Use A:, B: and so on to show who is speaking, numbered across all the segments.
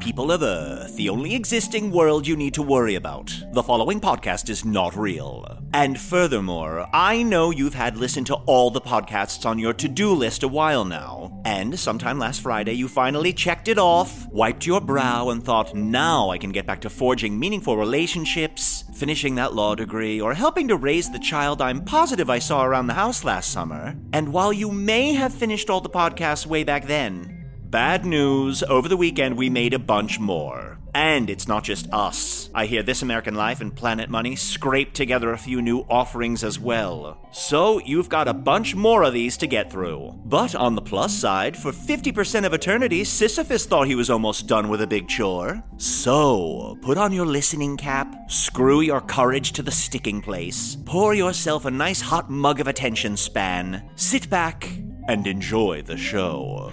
A: People of Earth, the only existing world you need to worry about. The following podcast is not real. And furthermore, I know you've had listened to all the podcasts on your to do list a while now. And sometime last Friday, you finally checked it off, wiped your brow, and thought, now I can get back to forging meaningful relationships, finishing that law degree, or helping to raise the child I'm positive I saw around the house last summer. And while you may have finished all the podcasts way back then, Bad news, over the weekend we made a bunch more. And it's not just us. I hear This American Life and Planet Money scraped together a few new offerings as well. So you've got a bunch more of these to get through. But on the plus side, for 50% of eternity, Sisyphus thought he was almost done with a big chore. So put on your listening cap, screw your courage to the sticking place, pour yourself a nice hot mug of attention span, sit back, and enjoy the show.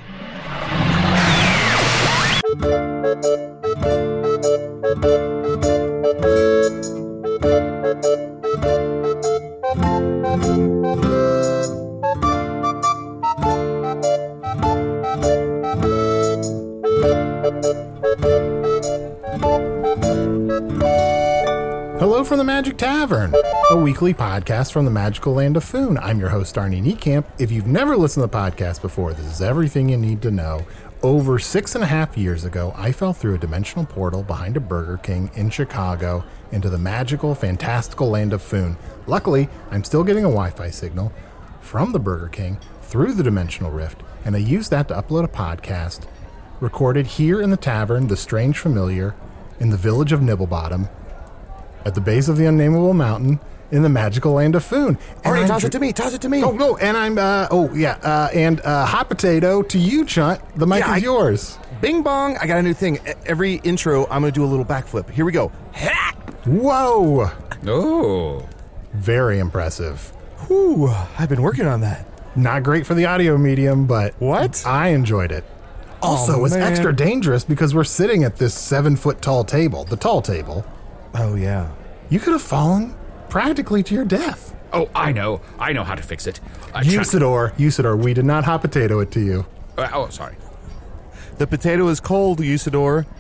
B: Hello from the Magic Tavern, a weekly podcast from the magical land of Foon. I'm your host, Arnie Niekamp. If you've never listened to the podcast before, this is everything you need to know. Over six and a half years ago, I fell through a dimensional portal behind a Burger King in Chicago into the magical, fantastical land of Foon. Luckily, I'm still getting a Wi Fi signal from the Burger King through the dimensional rift, and I used that to upload a podcast recorded here in the tavern, The Strange Familiar, in the village of Nibblebottom, at the base of the unnameable mountain in the magical land of Foon. And
C: Arnie,
B: I'm
C: toss
B: ju-
C: it to me. Toss it to me.
B: Oh no, and I'm uh, oh yeah, uh, and uh, hot potato to you, Chunt. The mic
C: Yeah,
B: is
C: I-
B: yours.
C: Bing bong. I got a new thing. E- Every intro, I'm going to do a little backflip. Here we go. Ha!
B: Whoa,
D: Oh.
B: very impressive.
C: Whew. I've been working on that.
B: Not great for the audio medium, but
C: What? Oh,
B: I enjoyed it. Also, it's
C: man.
B: extra dangerous because we're sitting at this seven foot tall table, the tall table.
C: Oh, yeah.
B: You could have fallen practically to your death.
D: Oh, I know. I know how to fix it. Uh, Chunt-
B: Usador, Usador, we did not hot potato it to you.
D: uh, oh, sorry.
C: The potato is cold, Usador.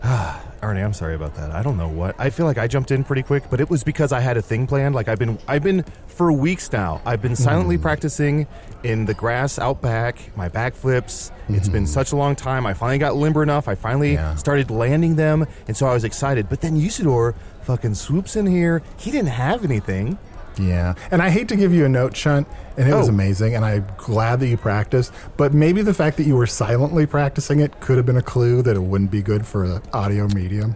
C: Ah, Arnie, I'm sorry about that. I don't know what. I feel like I jumped in pretty quick, but it was because I had a thing planned. Like I've been, I've been for weeks now. I've been silently practicing in the grass out back. My backflips. It's been such a long time. I finally got limber enough. I finally
B: Yeah.
C: started landing them, and so I was excited. But then Usador fucking swoops in here. He didn't have anything.
B: Yeah. And I hate to give you a note, Chunt, and it was
C: Oh.
B: amazing, and I'm glad that you practiced, but maybe the fact that you were silently practicing it could have been a clue that it wouldn't be good for the audio medium.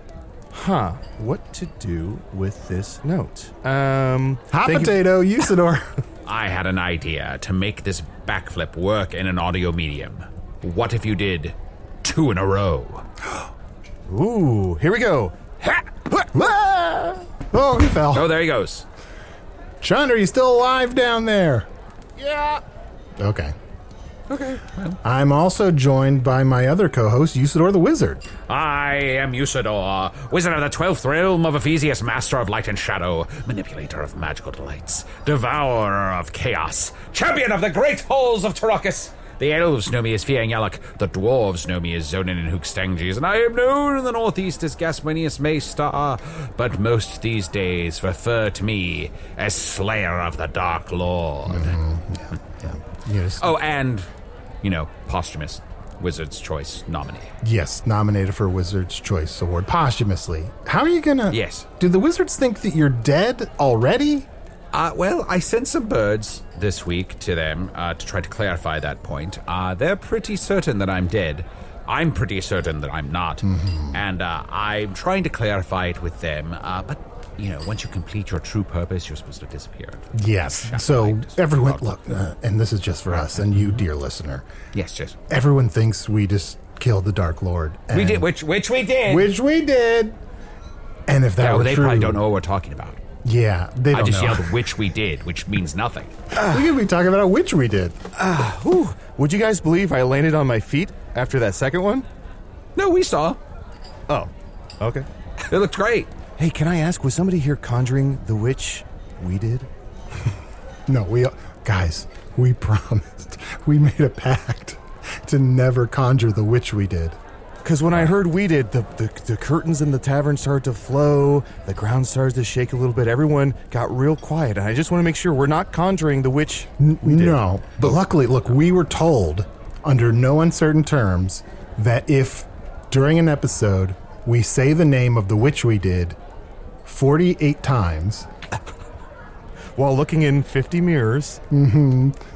C: Huh? What to do with this note? Um,
B: Hot
C: thank you-
B: potato, Usador.
D: I had an idea to make this backflip work in an audio medium. What if you did two in a row?
C: Ooh, here we go. Ha! Ha!
B: Ah! oh, he fell.
D: Oh, there he goes.
B: Chunt, are you still alive down there?
C: Yeah.
B: Okay. Okay. I'm also joined by my other co-host, Usador the Wizard.
D: I am Usador, wizard of the twelfth realm of Ephesius, master of light and shadow, manipulator of magical delights, devourer of chaos, champion of the great halls of Tarakas. The elves know me as Fiangyalak, the dwarves know me as Zonin and Hookstanges, and I am known in the northeast as Gasmenius Maystar, but most these days refer to me as Slayer of the Dark Lord.
B: Yes.
D: Oh, and, you know, posthumous Wizard's Choice nominee.
B: Yes, nominated for Wizard's Choice Award posthumously. How are you gonna?
D: Yes.
B: Do the wizards think that you're dead already?
D: Uh, well, I sent some birds this week to them uh, to try to clarify that point. Uh, they're pretty certain that I'm dead. I'm pretty certain that I'm not.
B: Mm-hmm.
D: And uh, I'm trying to clarify it with them. Uh, but, you know, once you complete your true purpose, you're supposed to disappear.
B: Yes. So everyone, look, uh, and this is just for us and you, dear listener.
D: Yes, yes.
B: Everyone thinks we just killed the Dark Lord.
D: We
B: and-
D: did, which, which we did.
B: which we did. And if that
D: Oh,
B: were
D: they
B: true,
D: probably don't know what we're talking about.
B: Yeah, they
D: I
B: don't
D: just
B: know.
D: yelled, which we did, which means nothing.
B: we could be talking about which we did.
C: Whew. Would you guys believe I landed on my feet after that second one?
D: No, we saw.
C: Oh, okay.
D: It looked great.
C: Hey, can I ask, was somebody here conjuring the witch we did?
B: No, we guys, we promised. We made a pact to never conjure the witch we did.
C: Because when I heard we did, the, the, the curtains in the tavern started to flow, the ground started to shake a little bit, everyone got real quiet, and I just want to make sure we're not conjuring the witch.
B: No, but luckily, look, we were told under no uncertain terms that if during an episode we say the name of the witch we did 48 times,
C: While looking in 50 mirrors,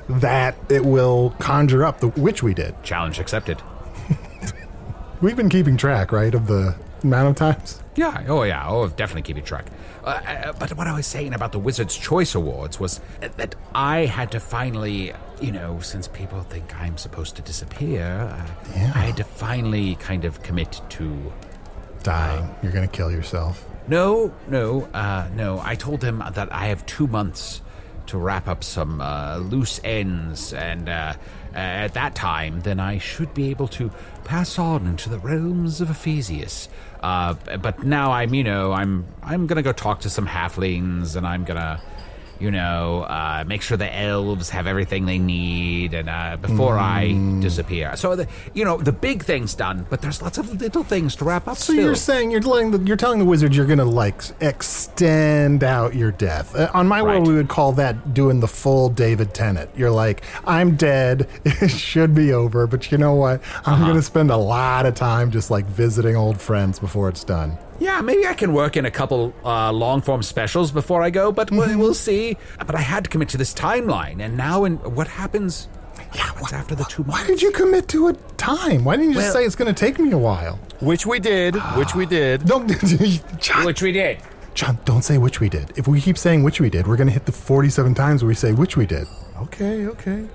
B: that it will conjure up the witch we did.
D: Challenge accepted.
B: We've been keeping track, right, of the amount of times?
D: Yeah, oh yeah, oh, definitely keeping track. Uh, uh, but what I was saying about the Wizard's Choice Awards was uh, that I had to finally, you know, since people think I'm supposed to disappear, uh, I had to finally kind of commit to.
B: Dying. You're going to kill yourself.
D: No, no, uh, no. I told them that I have two months to wrap up some uh, loose ends, and uh, uh, at that time, then I should be able to pass on into the realms of Ephesius. Uh, but now I'm, you know, I'm I'm gonna go talk to some halflings, and I'm gonna, you know, uh, make sure the elves have everything they need, and uh, before
B: Mm.
D: I disappear. So, the, you know, the big thing's done, but there's lots of little things to wrap up.
B: So
D: still.
B: you're saying you're letting the, you're telling the wizard you're going to like s- extend out your death. Uh, on my
D: Right.
B: world, we would call that doing the full David Tennant. You're like, I'm dead. It should be over, but you know what? I'm
D: Uh-huh.
B: going to spend a lot of time just like visiting old friends before it's done.
D: Yeah, maybe I can work in a couple uh, long form specials before I go, but
B: Mm-hmm.
D: we'll, we'll see. But I had to commit to this timeline, and now, in what happens? Yeah, what after the two
B: Why
D: months?
B: did you commit to a time? Why didn't you just
D: Well-
B: say it's going to take me a while?
C: which we did, which we did.
B: Don't, John,
D: Which we did.
B: John, don't say which we did. If we keep saying which we did, we're going to hit the 47 times where we say which we did.
C: Okay, okay.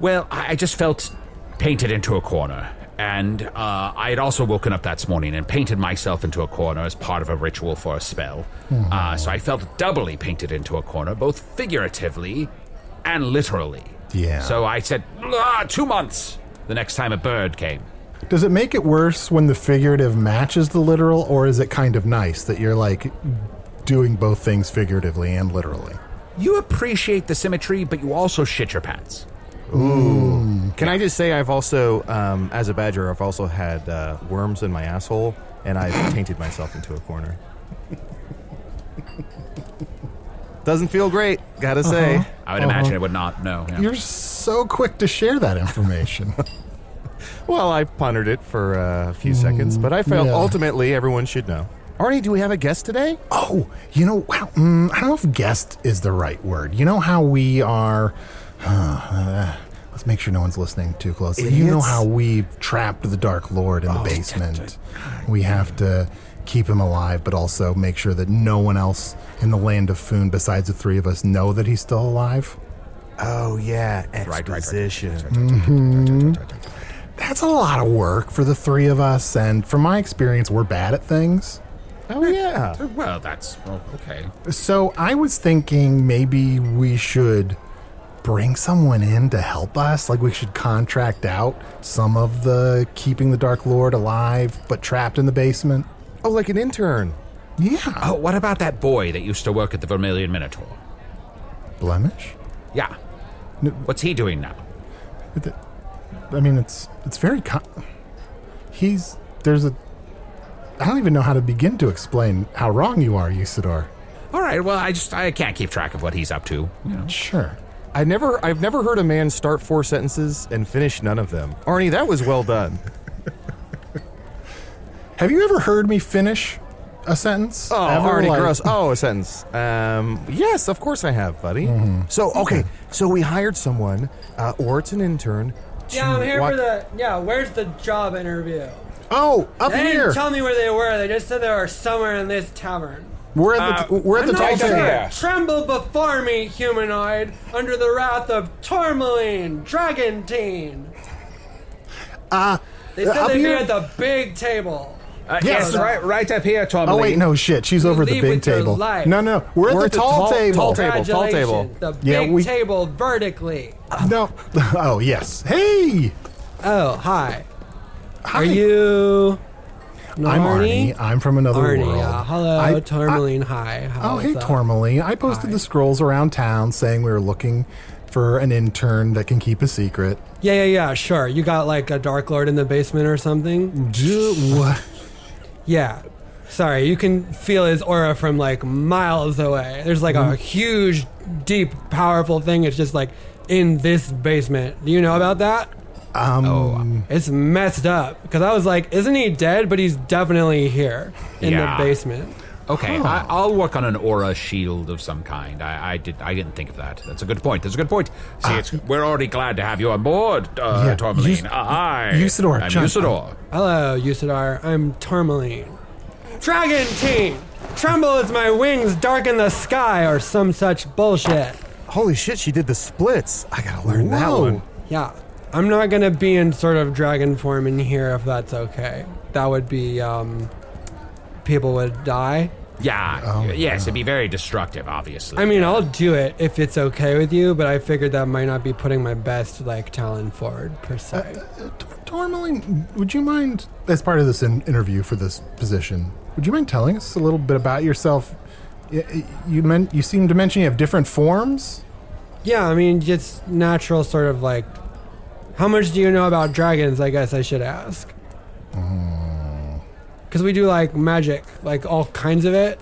D: Well, I, I just felt painted into a corner. And uh, I had also woken up that morning and painted myself into a corner as part of a ritual for a spell.
B: Mm-hmm.
D: Uh, so I felt doubly painted into a corner, both figuratively and literally.
B: Yeah.
D: So I said, ah, two months the next time a bird came.
B: Does it make it worse when the figurative matches the literal, or is it kind of nice that you're like doing both things figuratively and literally?
D: You appreciate the symmetry, but you also shit your pants.
C: Can I just say I've also, um, as a badger, I've also had uh, worms in my asshole, and I've tainted myself into a corner. Doesn't feel great, gotta say.
D: I would imagine it would not. No. yeah.
B: Uh-huh. You're so quick to share that information.
C: Well, I pondered it for uh, a few seconds,
D: Mm,
C: but I felt
B: yeah.
C: ultimately everyone should know. Arnie, do we have a guest today?
B: oh, you know, wow, mm, I don't know if guest is the right word. You know how we are. uh, let's make sure no one's listening too closely. You know
C: Idiots. Oh,
B: how we've trapped the Dark Lord in the basement. We have to keep him alive, but also make sure that no one else in the land of Foon besides the three of us know that he's still alive.
C: Oh yeah,
D: right, right.
C: exposition.
B: That's a lot of work for the three of us, and from my experience, we're bad at things.
C: Oh yeah.
D: Well, that's well, okay.
B: So I was thinking maybe we should bring someone in to help us? Like we should contract out some of the keeping the Dark Lord alive but trapped in the basement?
C: Oh, like an intern.
B: Yeah.
D: Oh, what about that boy that used to work at the Vermilion Minotaur?
B: Blemish?
D: Yeah. What's he doing now?
B: I mean, it's it's very. Con- He's there's a. I don't even know how to begin to explain how wrong you are, Usador.
D: All right. Well, I just I can't keep track of what he's up to. You know.
B: Sure.
C: I never, I've never heard a man start four sentences and finish none of them. Arnie, that was well done.
B: Have you ever heard me finish a sentence?
C: Oh,
B: Ever,
C: Arnie,
B: like-
C: gross. Oh, a sentence. Um, yes, of course I have, buddy. So, Mm-hmm. okay, so we hired someone, uh, or it's an intern. to
E: Yeah, I'm here
C: walk-
E: for the. Yeah, where's the job interview?
B: Oh, up
E: They
B: here.
E: didn't tell me where they were. They just said they were somewhere in this tavern.
B: we're at
E: Uh,
B: the we're at the top
E: Right
B: table.
E: there. Tremble before me, humanoid, under the wrath of Tourmaline, Dragontine. Ah, they said
B: Uh, up
E: they'd
B: here?
E: be at the big table.
B: Yes.
E: yeah,
D: Uh, right, right up here, Tom.
B: Oh wait, no shit. She's over the
E: leave
B: big
E: with your
B: table.
E: life.
B: No, no, we're, at the, tall, table.
C: tall table, tall
E: Congratulations,
C: table.
E: The
B: Yeah,
E: big
B: we-
E: table vertically.
B: No. Oh yes. Hey,
E: Oh, hi.
B: Hi.
E: Are you?
B: I'm Arnie. I'm from another
E: Arnie,
B: world.
E: yeah. hello,
B: I- I-
E: Tourmaline. hi. uh,
B: Oh,
E: how's
B: hey,
E: that?
B: Tourmaline. I posted the scrolls around town saying we were looking for an intern that can keep a secret.
E: Yeah, yeah, yeah. Sure. You got like a Dark Lord in the basement or something.
B: Do what?
E: Yeah. Sorry, you can feel his aura from like miles away. There's like
B: Mm.
E: a huge, deep, powerful thing. It's just like in this basement. Do you know about that? Um, it's messed up because I was like, isn't he dead? But he's definitely here in
D: Yeah.
E: the basement.
D: Okay, I, I'll work on an aura shield of some kind. I, I did. I didn't think of that. That's a good point. That's a good point. See, it's, we're already glad to have you on board, uh,
B: Ah. Yeah,
D: Tourmaline.
B: Us-
D: Ah, hi,
B: Usador,
D: I'm
B: John,
D: Usador.
E: Hello, Usadar. I'm Tourmaline. Dragon Team! Tremble as my wings darken the sky, or some such bullshit.
C: Holy shit, she did the splits. I gotta learn that
B: Whoa.
C: one.
E: Yeah, I'm not gonna be in sort of dragon form in here if that's okay. That would be, um, people would die.
D: Yeah.
E: Oh,
D: yes, it'd be very destructive, obviously.
E: I mean, I'll do it if it's okay with you, but I figured that might not be putting my best, like, talent forward, per se.
B: Tor- Tourmaline, would you mind, as part of this in- interview for this position, would you mind telling us a little bit about yourself? Y- y- You meant you seem to mention you have different forms.
E: Yeah, I mean, just natural sort of like. How much do you know about dragons? I guess I should ask.
B: Hmm.
E: Because we do like magic, like all kinds of it,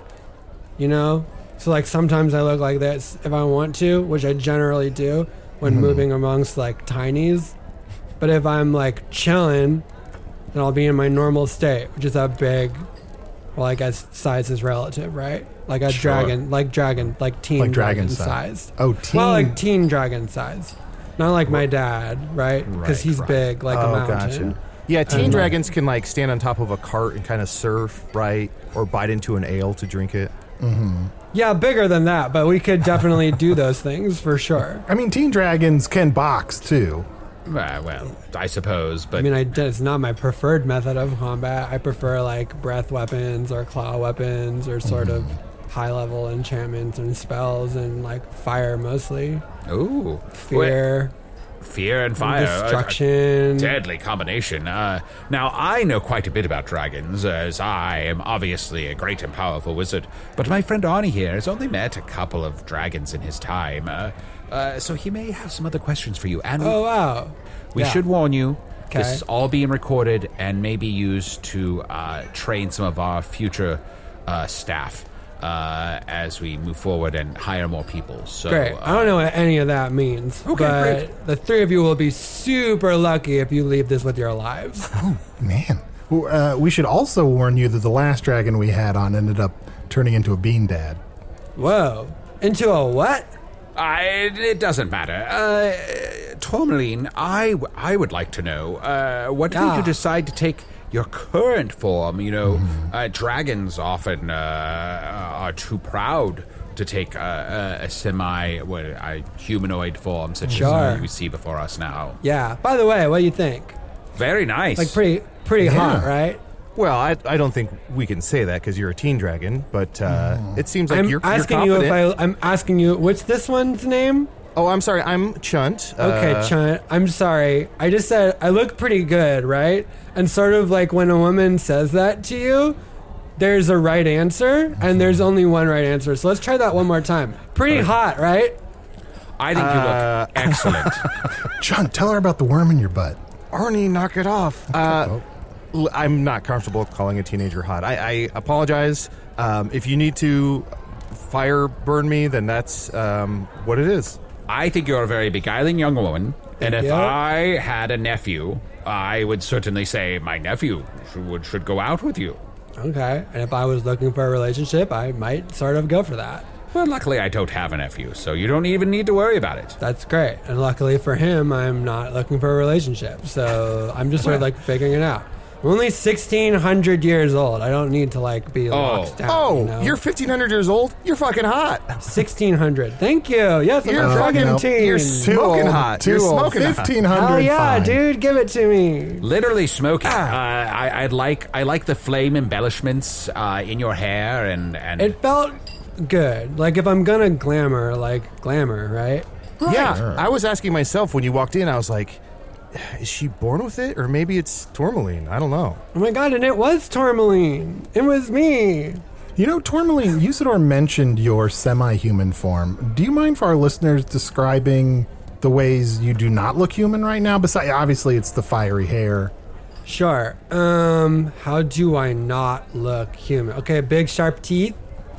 E: you know? So, like, sometimes I look like this if I want to, which I generally do when
B: Hmm.
E: moving amongst like tinies. But if I'm like chilling, then I'll be in my normal state, which is a big, well, I guess size is relative, right? Like a
D: Sure.
E: dragon, like dragon, like teen
B: Like dragon
E: dragon
B: size.
E: sized.
B: Oh,
E: Well,
B: teen.
E: like teen dragon size. Not like my dad, right?
D: Right,
E: Because he's
D: right.
E: big, like a
C: oh,
E: mountain.
C: gotcha. Yeah, teen dragons can like stand on top of a cart and kind of surf, right? Or bite into an ale to drink it.
E: Yeah, bigger than that, but we could definitely do those things for sure.
B: I mean, teen dragons can box too.
D: Uh, well, I suppose, but
E: I mean, I did, it's not my preferred method of combat. I prefer like breath weapons or claw weapons or sort of high level enchantments and spells and like fire mostly.
D: ooh, Well,
E: Fear,
D: fear and fire, a- a
E: destruction.
D: deadly combination. Uh, now, I know quite a bit about dragons, as I am obviously a great and powerful wizard, but my friend Arnie here has only met a couple of dragons in his time, uh, uh, so he may have some other questions for you. And
E: Oh, wow.
D: we
E: yeah.
D: should warn you. This
E: Okay.
D: is all being recorded and may be used to uh, train some of our future uh, staff uh, as we move forward and hire more people. So,
E: Great.
D: uh,
E: I don't know what any of that means. Okay, but
D: great.
E: The three of you will be super lucky if you leave this with your lives.
B: Man, Well, uh, we should also warn you that the last dragon we had on ended up turning into a bean dad.
E: Whoa. Into a what?
D: I, it doesn't matter. Uh, Tourmaline, I, w- I would like to know uh, what made
E: Ah.
D: you decide to take your current form? You know,
E: Mm-hmm.
D: uh, dragons often uh, are too proud to take uh, a, a semi well, a humanoid form such
E: Sure.
D: as we see before us now.
E: Yeah. By the way, what do you think?
D: Very nice.
E: Like pretty pretty hot, right?
C: Well, I, I don't think we can say that because you're a teen
B: Oh.
C: dragon, but uh, it seems like
E: I'm
C: you're, you're
E: asking you
C: confident.
E: if I I'm asking you what's this one's name?
C: Oh, I'm sorry. I'm Chunt.
E: Okay,
C: Uh,
E: Chunt, I'm sorry. I just said I look pretty good, right? And sort of like when a woman says that to you, there's a right answer,
C: Mm-hmm.
E: and there's only one right answer. So let's try that one more time. Pretty hot, right?
D: I think you look excellent.
B: John, tell her about the worm in your butt.
C: Arnie, knock it off.
B: Oh.
C: Uh, l- I'm not comfortable calling a teenager hot. I, I apologize. Um, if you need to fire burn me, then that's um, what it is.
D: I think you're a very beguiling young woman, and if
E: you.
D: I had a nephew, I would certainly say my nephew should, would- should go out with you.
E: Okay. And if I was looking for a relationship, I might sort of go for that.
D: Well, luckily I don't have a nephew, so you don't even need to worry about it.
E: That's great. And luckily for him, I'm not looking for a relationship. So I'm just sort of like figuring it out. I'm only 1600 years old. I don't need to like be locked down.
C: Oh,
E: you
C: you
E: know?
C: are 1,500 years old. You're fucking hot.
E: 1600. Thank you. Yes, I'm
C: You're
E: a
C: fucking
E: fucking
C: nope.
E: teen.
C: You're so-
B: Uh, Too
C: Smoking
B: old,
C: hot.
B: Too
C: You're
B: old.
C: smoking hot.
B: 1500
E: Hell yeah,
B: fine.
E: dude, give it to me.
D: Literally smoking.
E: Ah.
D: Uh, I, I'd like I like the flame embellishments uh, in your hair and and
E: It felt good. Like if I'm gonna glamour, like glamour, right?
C: Yeah, I was asking myself when you walked in. I was like, is she born with it, or maybe it's tourmaline? I don't know.
E: Oh my god, and it was tourmaline. It was me.
B: You know, Tourmaline, Usador mentioned your semi human form. Do you mind for our listeners describing the ways you do not look human right now? Besides, obviously, it's the fiery hair.
E: Sure. Um, how do I not look human? Okay, big sharp teeth,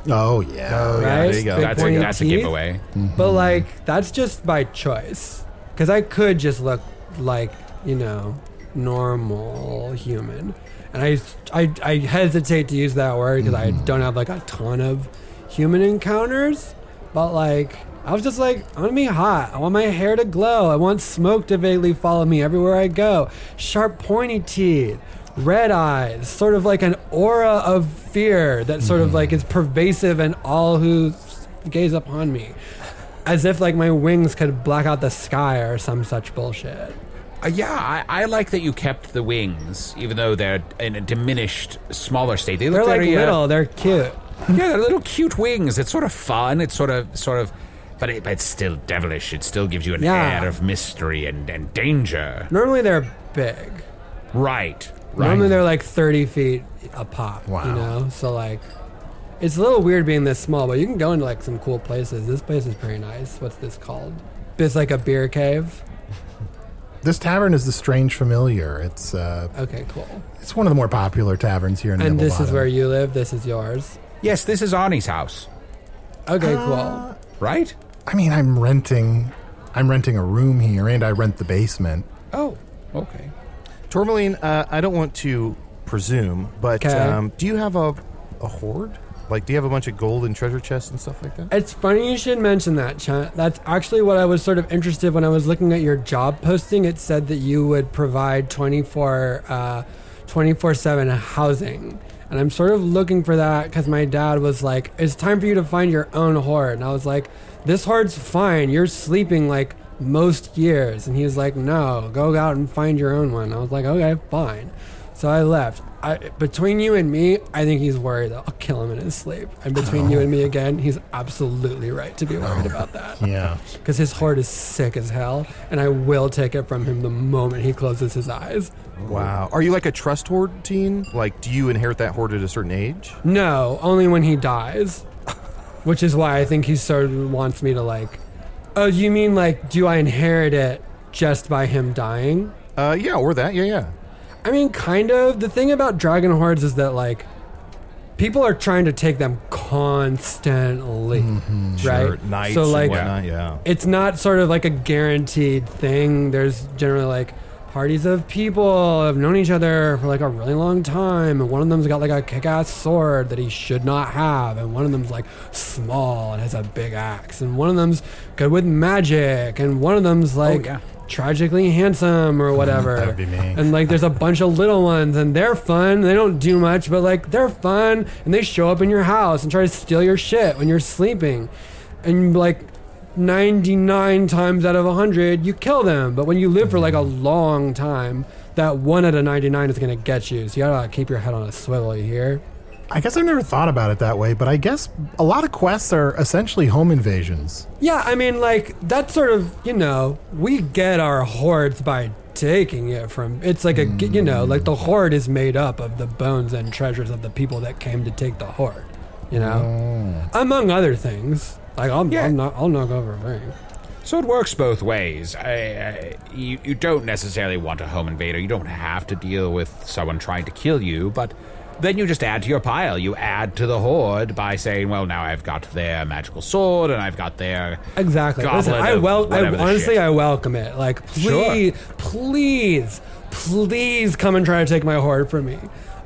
B: Oh, yeah.
E: right?
C: there you go.
E: Big
D: that's a,
E: pointed
D: that's a
E: teeth.
D: giveaway.
E: But like that's just by choice. Cuz I could just look like, you know, normal human. And I I, I hesitate to use that word because I don't have like a ton of human encounters, but like I was just like, I want to be hot. I want my hair to glow. I want smoke to vaguely follow me everywhere I go. Sharp, pointy teeth, red eyes, sort of like an aura of fear that sort of like is pervasive in all who gaze upon me as if like my wings could black out the sky or some such bullshit.
D: Uh, yeah, I, I like that you kept the wings, even though they're in a diminished, smaller state. They
E: They're
D: look
E: like
D: very, uh,
E: little, they're cute.
D: yeah, they're little cute wings. It's sort of fun. It's sort of sort of, but, it, but it's still devilish. It still gives you an
E: Yeah.
D: air of mystery and and danger.
E: Normally they're big.
D: Right.
E: Normally they're like thirty feet a pop. You
B: Wow.
E: know, so like, it's a little weird being this small, but you can go into like some cool places. This place is pretty nice. What's this called? It's like a beer cave.
B: This tavern is the Strange Familiar. It's uh,
E: Okay, cool.
B: it's one of the more popular taverns here in
E: And this is
B: Nibelbottom.
E: where you live. This is yours.
D: Yes, this is Arnie's house,
E: Okay, cool.
D: right?
B: I mean, I'm renting. I'm renting a room here, and I rent the basement.
D: Oh, okay.
C: Tourmaline, uh, I don't want to presume, but
E: 'Kay.
C: um, do you have a, a hoard? Like, do you have a bunch of gold and treasure chests and stuff like that?
E: It's funny you should mention that, Chunt. That's actually what I was sort of interested when I was looking at your job posting. It said that you would provide 24 uh, 24/7 housing. And I'm sort of looking for that cuz my dad was like, "It's time for you to find your own hoard." And I was like, "This hoard's fine. You're sleeping like most years." And he was like, "No, go out and find your own one." I was like, "Okay, fine." So I left. I, between you and me, I think he's worried that I'll kill him in his sleep. And between you and me again, he's absolutely right to be worried about that.
B: Yeah.
E: Because his heart is sick as hell, and I will take it from him the moment he closes his eyes.
C: Wow. Are you like a trust hoard teen? Like, do you inherit that hoard at a certain age?
E: No, only when he dies. Which is why I think he sort of wants me to, like, oh, you mean, like, do I inherit it just by him dying?
C: Uh, yeah, or that. Yeah, yeah.
E: I mean, kind of. The thing about dragon hordes is that like people are trying to take them constantly, right?
C: Or knights
E: so like,
C: and whatnot, yeah.
E: it's not sort of like a guaranteed thing. There's generally like parties of people have known each other for like a really long time, and one of them's got like a kick-ass sword that he should not have, and one of them's like small and has a big axe, and one of them's good with magic, and one of them's like.
D: yeah.
E: Tragically handsome, or whatever.
B: That would be me.
E: And like, there's a bunch of little ones, and they're fun. They don't do much, but like, they're fun, and they show up in your house and try to steal your shit when you're sleeping. And like, 99 times out of 100, you kill them. But when you live for like a long time, that one out of 99 is gonna get you. So you gotta keep your head on a swivel. You hear?
B: I guess I've never thought about it that way, but I guess a lot of quests are essentially home invasions.
E: Yeah, I mean, like, that's sort of, you know, we get our hordes by taking it from. It's like a, g- you know, like the horde is made up of the bones and treasures of the people that came to take the horde, you know? Among other things. Like, I'll,
D: Yeah.
E: I'll, knock, I'll knock over a ring.
D: So it works both ways. I, I, you, you don't necessarily want a home invader. You don't have to deal with someone trying to kill you, but then you just add to your pile. You add to the horde by saying, well, now I've got their magical sword and I've got their.
E: Exactly.
D: Goblet
E: Listen, I
D: of
E: well, I,
D: whatever the
E: honestly,
D: shit.
E: I welcome it. Like, please, please, please come and try to take my horde from me.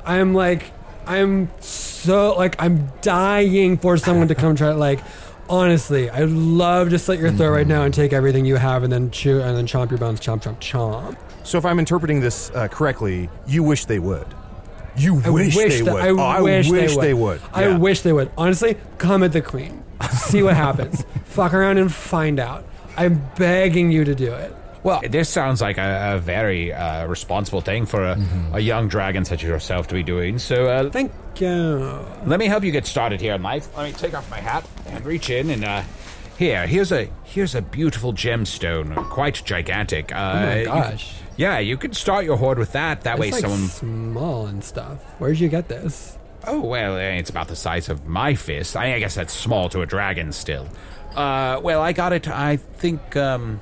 E: I'm like, I'm so like, I'm dying for someone to come try. Like, honestly, I love just slit your throat right now and take everything you have, and then chew and then chomp your bones, chomp, chomp, chomp.
C: So if I'm interpreting this uh, correctly, you wish they would. You
E: I
C: wish, they
E: that-
C: would.
E: I,
C: Oh, I
E: wish, they, would. I
C: Yeah.
E: wish they would. Honestly, come at the queen. See what happens. Fuck around and find out. I'm begging you to do it.
D: Well, this sounds like a, a very uh, responsible thing for a,
E: Mm-hmm.
D: a young dragon such as yourself to be doing. So uh,
E: Thank you.
D: Let me help you get started here in life. Let me take off my hat and reach in and uh here, here's a here's a beautiful gemstone, quite gigantic. Uh,
E: Oh my
D: you-
E: gosh.
D: yeah, you could start your horde with that. That way,
E: It's like
D: someone.
E: small and stuff. Where'd you get this?
D: Oh well, eh, it's about the size of my fist. I, I guess that's small to a dragon still. Uh, well, I got it. I think. Um,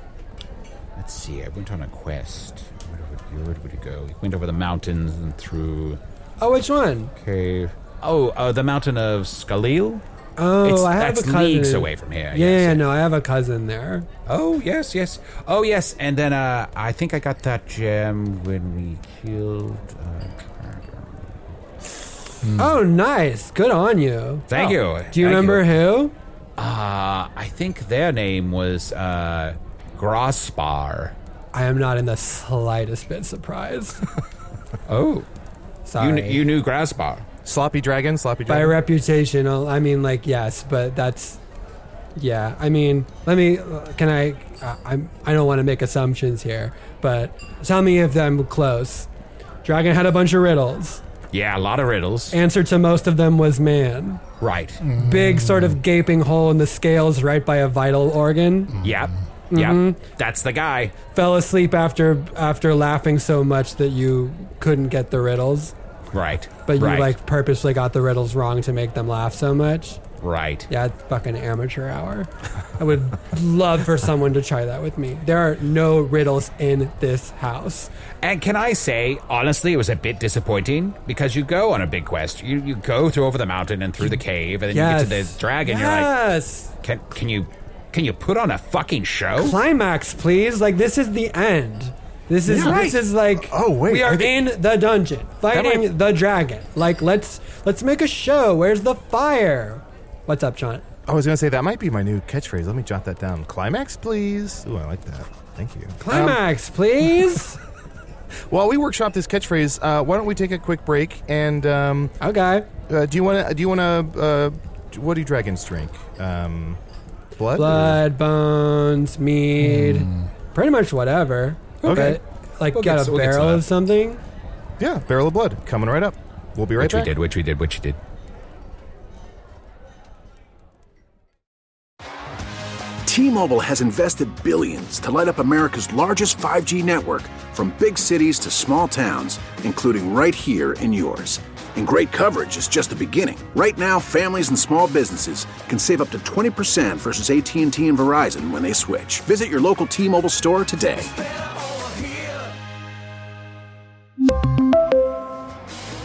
D: let's see. I went on a quest. Where would, where would we go? We went over the mountains and through
E: Oh, which one?
D: cave. Oh, uh, the mountain of Skalil.
E: Oh,
D: It's-
E: I have
D: that's
E: a cousin.
D: leagues away from here,
E: Yeah,
D: yes,
E: yeah,
D: yeah.
E: no, I have a cousin there.
D: Oh yes, yes. Oh yes, and then uh, I think I got that gem when we killed. Uh,
E: Oh, nice. Good on you.
D: Hmm. Thank you.
E: Oh.
D: Thank
E: Do you remember who?
D: uh, I think their name was uh, Grospar.
E: I am not in the slightest bit surprised.
D: Oh, you
E: Sorry.
D: kn- you knew Grospar.
C: Sloppy dragon, sloppy
E: By
C: dragon.
E: reputation, I'll- I mean, like, yes, but that's. Yeah, I mean, let me. Can I? I I'm. I don't want to make assumptions here, but tell me if I'm close. Dragon had a bunch of riddles.
D: Yeah, a lot of riddles.
E: Answer to most of them was man.
D: right.
E: Big sort of gaping hole in the scales right by a vital organ.
D: Yep.
E: Mm-hmm.
D: Yep. That's the guy.
E: Fell asleep after after laughing so much that you couldn't get the riddles,
D: Right.
E: but
D: right.
E: you like purposely got the riddles wrong to make them laugh so much.
D: Right.
E: Yeah, it's fucking amateur hour. I would love for someone to try that with me. There are no riddles in this house.
D: And can I say, honestly, it was a bit disappointing because you go on a big quest. You you go through over the mountain and through the cave, and then you get to the dragon. You're like,
E: Yes.
D: Can can you can you put on a fucking show?
E: climax, please. Like this is the end. This is
C: Yeah.
E: this is like
C: Oh, wait,
E: we are
C: I thi-
E: in the dungeon fighting
D: might-
E: the dragon. Like let's let's make a show. Where's the fire? What's up, John?
C: I was going to say that might be my new catchphrase. Let me jot that down. Climax, please. Ooh, I like that. Thank you. Um,
E: Climax, please.
C: While we workshop this catchphrase, uh, why don't we take a quick break? And um,
E: okay,
C: uh, do you want to? Do you want to? Uh, what do dragons drink? Um, blood.
E: blood, bones, mead, pretty much whatever.
C: Okay.
E: But, like
D: We'll
E: got
D: get-
E: a
D: we'll get to
E: barrel
D: that.
E: of something.
C: Yeah, barrel of blood coming right up. We'll be right
D: Which we
C: back.
D: did, which we did, which we did.
F: T-Mobile has invested billions to light up America's largest 5G network from big cities to small towns, including right here in yours. And great coverage is just the beginning. Right now, families and small businesses can save up to 20% versus AT&T and Verizon when they switch. Visit your local T-Mobile store today.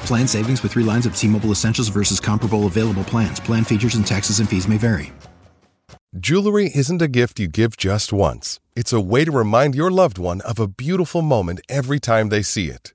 G: Plan savings with three lines of T Mobile Essentials versus comparable available plans. Plan features and taxes and fees may vary.
H: Jewelry isn't a gift you give just once. It's a way to remind your loved one of a beautiful moment every time they see it.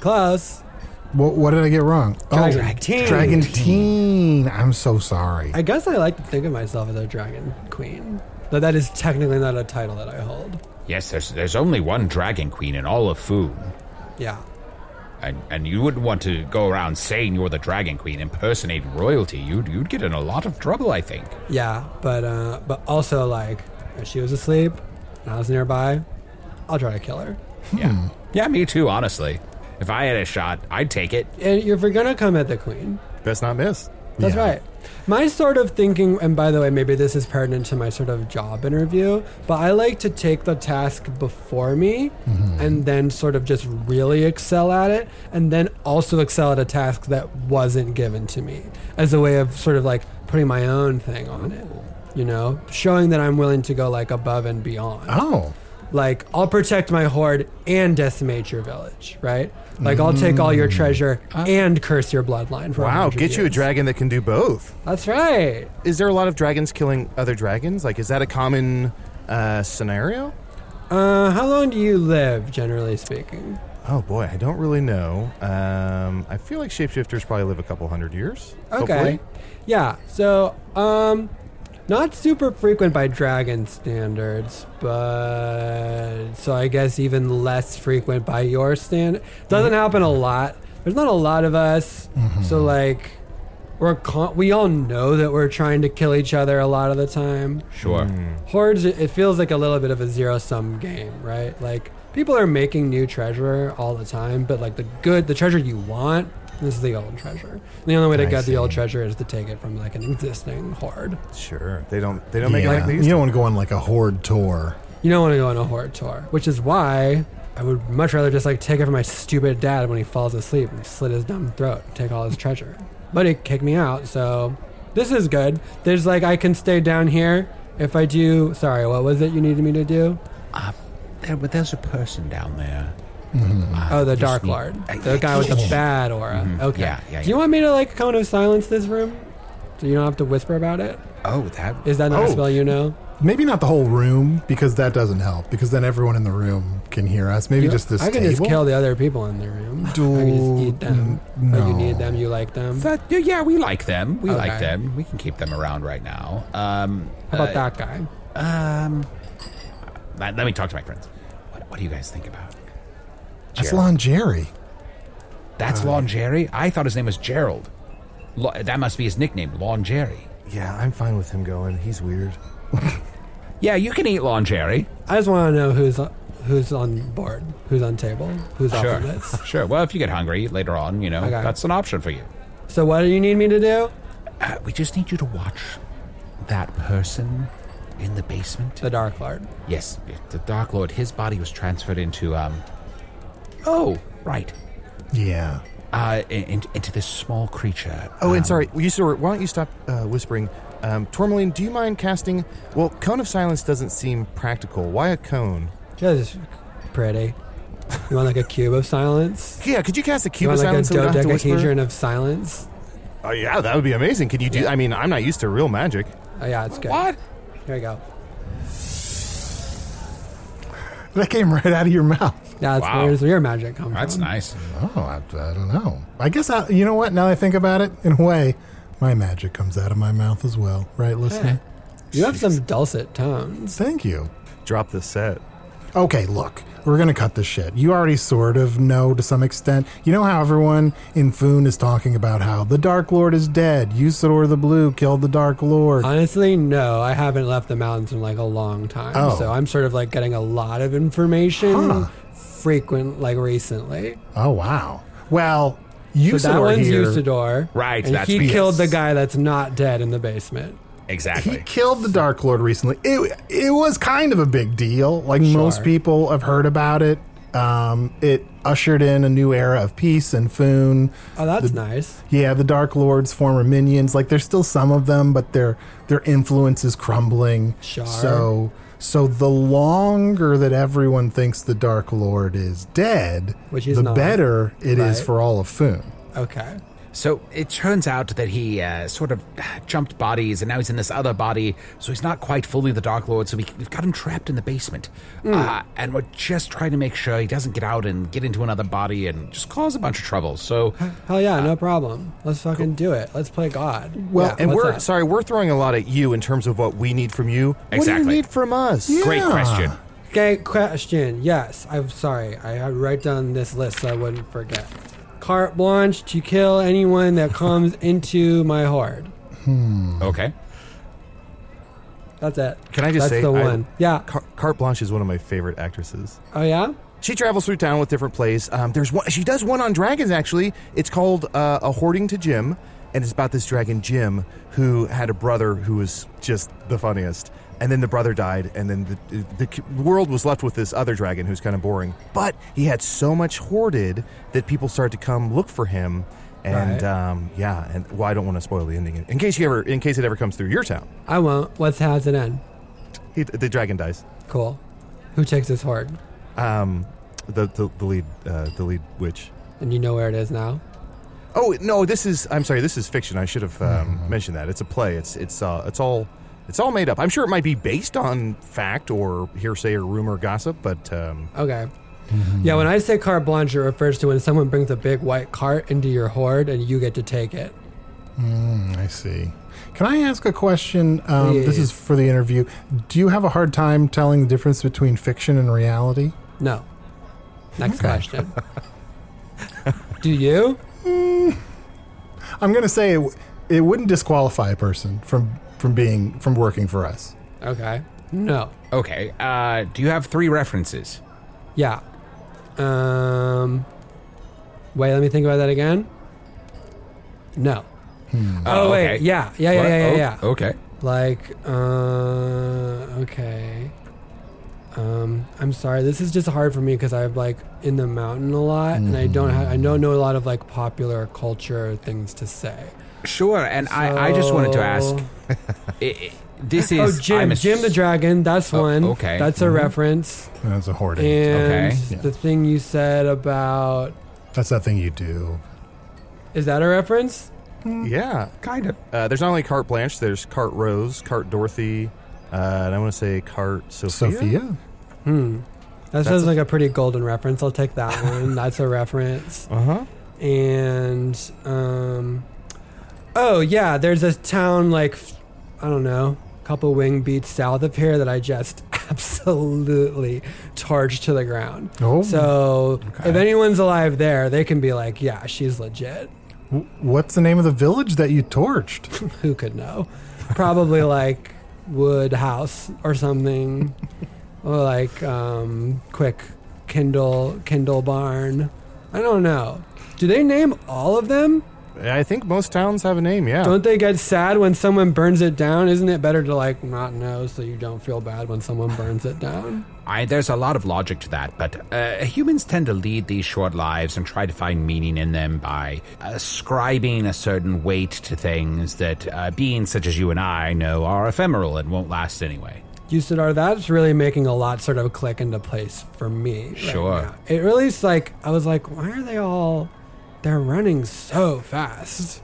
E: close.
B: What, what did I get wrong? Oh,
E: Dragon Teen.
B: Dragon Teen. I'm so sorry.
E: I guess I like to think of myself as a dragon queen, though that is technically not a title that I hold.
D: Yes, there's there's only one dragon queen in all of Foon,
E: Yeah.
D: and and you wouldn't want to go around saying you're the dragon queen, impersonate royalty. You'd you'd get in a lot of trouble, I think.
E: Yeah, but uh, but also like if she was asleep and I was nearby, I'll try to kill her.
D: Yeah, yeah, me too. Honestly, if I had a shot, I'd take it.
E: And if you're gonna come at the queen,
C: Best not miss.
E: That's
B: Yeah.
E: right. My sort of thinking, and by the way, maybe this is pertinent to my sort of job interview, but I like to take the task before me and then sort of just really excel at it, and then also excel at a task that wasn't given to me as a way of sort of like putting my own thing on it, you know, showing that I'm willing to go like above and beyond
B: oh,
E: like I'll protect my horde and decimate your village, right? Like I'll take all your treasure and curse your bloodline for
C: Mm. Uh. Wow,
E: 100
C: get you a
E: years.
C: dragon that can do both.
E: That's right.
C: Is there a lot of dragons killing other dragons? Like, is that a common uh, scenario?
E: Uh, how long do you live, generally speaking?
C: Oh boy, I don't really know. Um, I feel like shapeshifters probably live a couple hundred years.
E: Okay.
C: hopefully.
E: Yeah. So, um, not super frequent by dragon standards, but so I guess even less frequent by your stand. Doesn't happen a lot. There's not a lot of us. So like, we're con- we all know that we're trying to kill each other a lot of the time.
D: Sure.
E: Hordes, it it feels like a little bit of a zero sum game, right? Like people are making new treasure all the time, but like the good, the treasure you want is the old treasure. The only way to
C: I
E: get
C: see.
E: the old treasure is to take it from like an existing horde.
C: Sure. They don't. They don't make it
B: yeah.
C: like these.
B: you don't want to go on like a horde tour.
E: You don't want to go on a horde tour, which is why I would much rather just like take it from my stupid dad when he falls asleep and slit his dumb throat, and take all his treasure. But it kicked me out, so this is good. There's like I can stay down here if I do. Sorry, what was it you needed me to do?
D: Uh, There, but there's a person down there.
E: Oh, the
D: Just
E: Dark
D: me.
E: Lord.
D: I-
E: The
D: I
E: guy with the
D: can't-
E: bad aura. Okay.
D: Yeah, yeah,
E: Do you
D: yeah.
E: want me to like kind of silence this room? So you don't have to whisper about it?
D: Oh, that
E: Is that not a
B: Oh.
E: spell you know?
B: Maybe not the whole room because that doesn't help because then everyone in the room can hear us. Maybe just this
E: I can
B: table.
E: just kill the other people in the room. I can just eat them.
B: Dude,
E: Like, you
B: no.
E: need them, you like them. How
D: That, yeah, yeah, we like them. We like
E: Okay.
D: them. We can keep them around right now. Um,
E: about that guy?
D: Um, let, let me talk to my friends. What, what do you guys think about?
B: That's Lon Jerry.
D: That's Lon Jerry. I thought his name was Gerald. Lo- that must be his nickname, Lon Jerry.
C: Yeah, I'm fine with him going. He's weird.
D: Yeah, you can eat Lon Jerry.
E: I just want to know who's on, who's on board, who's on table, who's off
D: Sure,
E: limits.
D: sure. Well, if you get hungry later on, you know
E: Okay.
D: that's an option for you.
E: So what do you need me to do?
D: Uh, we just need you to watch that person in the basement.
E: The Dark Lord.
D: Yes, the Dark Lord. His body was transferred into um. Oh, right.
B: Yeah.
D: Uh, in, in- into this small creature.
C: Oh,
D: um,
C: and sorry, you sir. Why don't you stop uh, whispering? Um, Tourmaline, do you mind casting? Well, cone of silence doesn't seem practical. Why a cone?
E: Just pretty. You want like a cube of silence?
C: Yeah, could you cast a
E: You
C: cube of
E: want like a
C: silence? so we don't have to whisper?
E: dodecahedron of silence?
C: Oh yeah, that would be amazing. Can you do? I mean, I'm not used to real magic.
E: Oh yeah, it's good.
D: What?
E: Here we go.
B: That came right out of your mouth.
E: That's
D: Wow.
E: where's your magic come
D: That's
E: from.
D: nice.
B: Oh, I, I don't know. I guess I, you know what? Now that I think about it, in a way, my magic comes out of my mouth as well, right, listener?
E: You have some dulcet tones.
B: Thank you.
C: Drop the set.
B: Okay, look, we're gonna cut this shit. You already sort of know to some extent. You know how everyone in Foon is talking about how the Dark Lord is dead. Usador the Blue killed the Dark Lord.
E: Honestly, no, I haven't left the mountains in like a long time.
B: Oh.
E: So I'm sort of like getting a lot of information
B: Huh.
E: frequent, like recently.
B: oh wow. Well, Usador
E: so that one's
B: here.
E: Usador.
D: Right,
E: And
D: that's
E: he
D: BS.
E: killed the guy that's not dead in the basement.
D: Exactly.
B: He killed the Dark Lord recently. It it was kind of a big deal. Like most people have heard about it. Um, it ushered in a new era of peace and Foon.
E: Oh, that's nice.
B: Yeah, the Dark Lord's former minions. Like there's still some of them, but their their influence is crumbling.
E: Sure.
B: So so the longer that everyone thinks the Dark Lord is dead,
E: Which he's
B: the
E: not.
B: better it is
E: Right.
B: for all of Foon.
E: Okay.
D: So it turns out that he uh, sort of jumped bodies, and now he's in this other body, so he's not quite fully the Dark Lord, so we, we've got him trapped in the basement.
C: Hmm.
D: Uh, and we're just trying to make sure he doesn't get out and get into another body and just cause a bunch of trouble. So
E: Hell yeah, no problem. Let's fucking do it. Let's play God.
C: Well,
E: Yeah,
C: and
E: what's
C: we're
E: up?
C: sorry, we're throwing a lot at you in terms of what we need from you. What do
D: Exactly.
C: you need from us?
D: Great question.
E: Okay, question. Yes, I'm sorry. I had to write down this list so I wouldn't forget. Carte blanche to kill anyone that comes into my horde.
D: Okay.
E: That's it.
C: Can I just
E: That's
C: say
E: the
C: I-
E: one? yeah.
C: Car- Carte Blanche is one of my favorite actresses.
E: Oh yeah.
C: She travels through town with different plays. Um, there's one. She does one on dragons. Actually, it's called uh, a hoarding to Jim, and it's about this dragon Jim who had a brother who was just the funniest. And then the brother died, and then the, the world was left with this other dragon who's kind of boring. But he had so much hoarded that people started to come look for him. And
E: Right.
C: um, yeah, and well, I don't want to spoil the ending in, in case you ever, in case it ever comes through your town.
E: I won't. What's how's it end?
C: He, the dragon dies.
E: Cool. Who takes this horde?
C: Um, the, the the lead uh, the lead witch.
E: And you know where it is now.
C: Oh no, this is. I'm sorry, this is fiction. I should have um,
B: Mm-hmm.
C: mentioned that. It's a play. It's it's uh, it's all it's all made up. I'm sure it might be based on fact or hearsay or rumor gossip, but um,
E: Okay.
C: Mm-hmm.
E: Yeah, when I say carte blanche, it refers to when someone brings a big white cart into your horde and you get to take it.
B: I see. Can I ask a question? Um, This
E: Please.
B: is for the interview. Do you have a hard time telling the difference between fiction and reality?
E: No. Next question. Do you?
B: I'm going to say it, w- it wouldn't disqualify a person from from being from working for us.
E: Okay. No.
D: Okay. Uh, do you have three references?
E: Yeah. Um. Wait, let me think about that again. No. Oh, wait.
D: Hmm. okay.
E: Yeah. Yeah. Yeah.
D: What?
E: Yeah. Yeah.
D: Oh,
E: yeah.
D: Okay.
E: Like. Uh. Okay. Um. I'm sorry. This is just hard for me because I'm like in the mountain a lot, and I don't. Ha- I
D: Mm-hmm.
E: don't know a lot of like popular culture things to say.
D: Sure. And I, I just wanted to ask. i i this
E: Oh,
D: is
E: Jim.
D: I'm ass-
E: Jim the dragon. That's one.
D: okay. Mm-hmm.
E: That's a reference.
B: That's a hoarding.
E: And
D: Okay.
E: the thing you said about
B: That's that thing you do.
E: is that a reference?
B: Mm.
C: yeah,
D: Kind of.
C: uh, there's not only Carte Blanche. There's Carte Rose, Carte Dorothy, uh, and I want to say Carte Sophia.
B: Sophia?
E: That sounds like a pretty golden reference. I'll take that one. That's a reference.
C: Uh huh.
E: And um, oh yeah, there's a town like I don't know, couple wing beats south of here that I just absolutely charged to the ground.
B: Oh.
E: So if anyone's alive there, they can be like, yeah, she's legit.
B: W- What's the name of the village that you torched?
E: Who could know? Probably like Wood House or something, or like um, Quick Kindle Kindle Barn. I don't know. Do they name all of them?
C: I think most towns have a name. Yeah.
E: Don't they get sad when someone burns it down? Isn't it better to like not know so you don't feel bad when someone burns it down?
D: I, there's a lot of logic to that, but uh, humans tend to lead these short lives and try to find meaning in them by ascribing a certain weight to things that uh, beings such as you and I know are ephemeral and won't last anyway.
E: Usadar, that's really making a lot sort of click into place for me. right
D: Sure.
E: now. It really is like, I was like, why are they all, they're running so fast.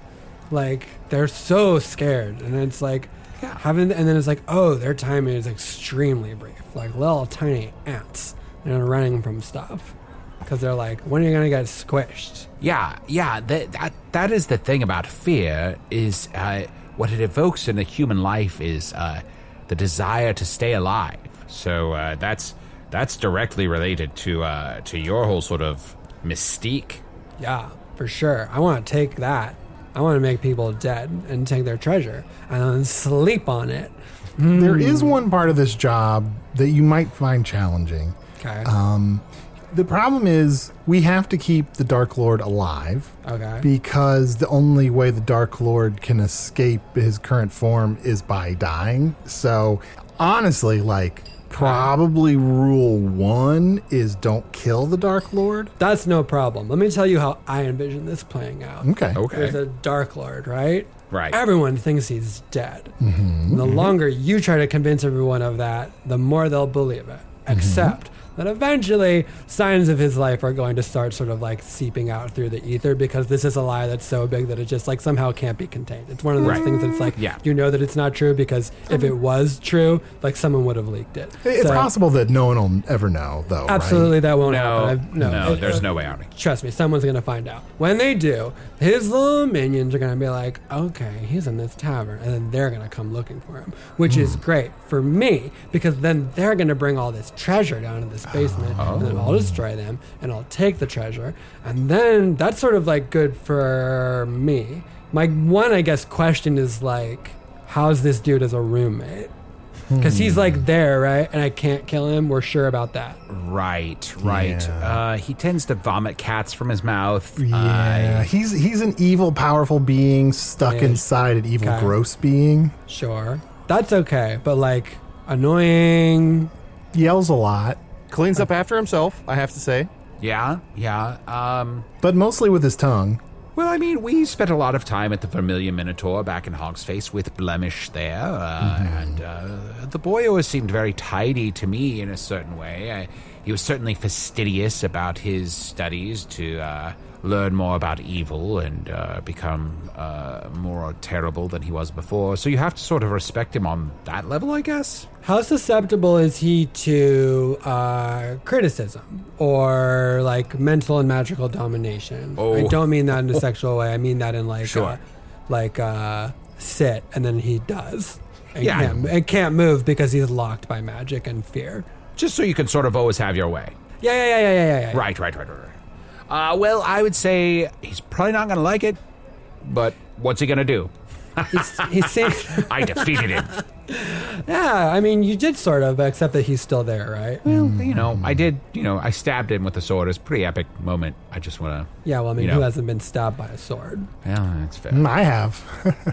E: Like, they're so scared. And it's like, having, and then it's like, oh, their timing is extremely brief. Like little tiny ants. And they're running from stuff. Because they're like, when are you going to get squished?
D: Yeah, yeah. That that, that is the thing about fear is uh, what it evokes in the human life is uh, the desire to stay alive. So uh, that's that's directly related to uh, to your whole sort of mystique.
E: Yeah, for sure. I want to take that. I want to make people dead and take their treasure and then sleep on it.
B: There is one part of this job that you might find challenging.
E: Okay.
B: The problem is we have to keep the Dark Lord alive.
C: Oh,
E: Okay.
B: Because the only way the Dark Lord can escape his current form is by dying. So honestly, like probably rule one is don't kill the Dark Lord.
E: That's no problem. Let me tell you how I envision this playing out.
B: Okay.
C: Oh,
E: There's a Dark Lord, right?
D: Right. Mm-hmm.
E: Everyone thinks he's dead.
D: Mm-hmm.
E: The longer you try to convince everyone of that, the more they'll believe it. Except that eventually signs of his life are going to start sort of like seeping out through the ether because this is a lie that's so big that it just like somehow can't be contained. It's one of those
D: Right.
E: things that's like
D: Yeah.
E: you know that it's not true because if it was true, like someone would have leaked it.
B: Um, It's
E: So-
B: possible that no one will ever know, though. right?
E: Absolutely, that won't
D: No,
E: happen. I've-
D: no,
E: it-
D: there's
E: uh,
D: no way, Arnie.
E: Trust me, someone's gonna find out. When they do, his little minions are gonna be like, "Okay, he's in this tavern," and then they're gonna come looking for him, which is great for me because then they're gonna bring all this treasure down to this basement, and then I'll destroy them, and I'll take the treasure, and then that's sort of like good for me. My one, I guess, question is like, how's this dude as a roommate? Because he's like there, right? And I can't kill him. We're sure about that.
D: Right, right. Uh, he tends to vomit cats from his mouth. Uh,
B: Yeah, he's he's an evil, powerful being stuck
E: Yeah.
B: inside an evil,
E: Okay.
B: gross being.
E: Sure. That's okay, but like annoying.
B: Yells a lot,
C: Cleans up after himself, I have to say.
D: yeah, yeah. Um,
B: but mostly with his tongue.
D: well, I mean, we spent a lot of time at the Vermilion Minotaur back in Hogsface with Blemish there, uh, and uh, the boy always seemed very tidy to me in a certain way. I, he was certainly fastidious about his studies to uh, learn more about evil and uh, become uh, more terrible than he was before. So you have to sort of respect him on that level, I guess.
E: How susceptible is he to uh, criticism or like mental and magical domination? I
D: Oh.
E: don't mean that in a sexual way. I mean that in like
D: Sure.
E: uh, like uh, sit and then he does. And
D: Yeah.
E: Can't, and can't move because he's locked by magic and fear.
D: Just so you can sort of always have your way.
E: Yeah, yeah, yeah, yeah, yeah, yeah. yeah.
D: Right, right, right, right. right. Uh, well, I would say he's probably not going to like it, but what's he going to do?
E: He's, he's saying.
D: I defeated him.
E: Yeah, I mean, you did sort of, except that he's still there, right?
D: well, you know, I did, you know, I stabbed him with the sword. It was a pretty epic moment. I just want to.
E: Yeah, well, I mean,
D: You
E: who
D: know.
E: hasn't been stabbed by a sword?
D: Yeah, that's fair.
B: Mm, I have.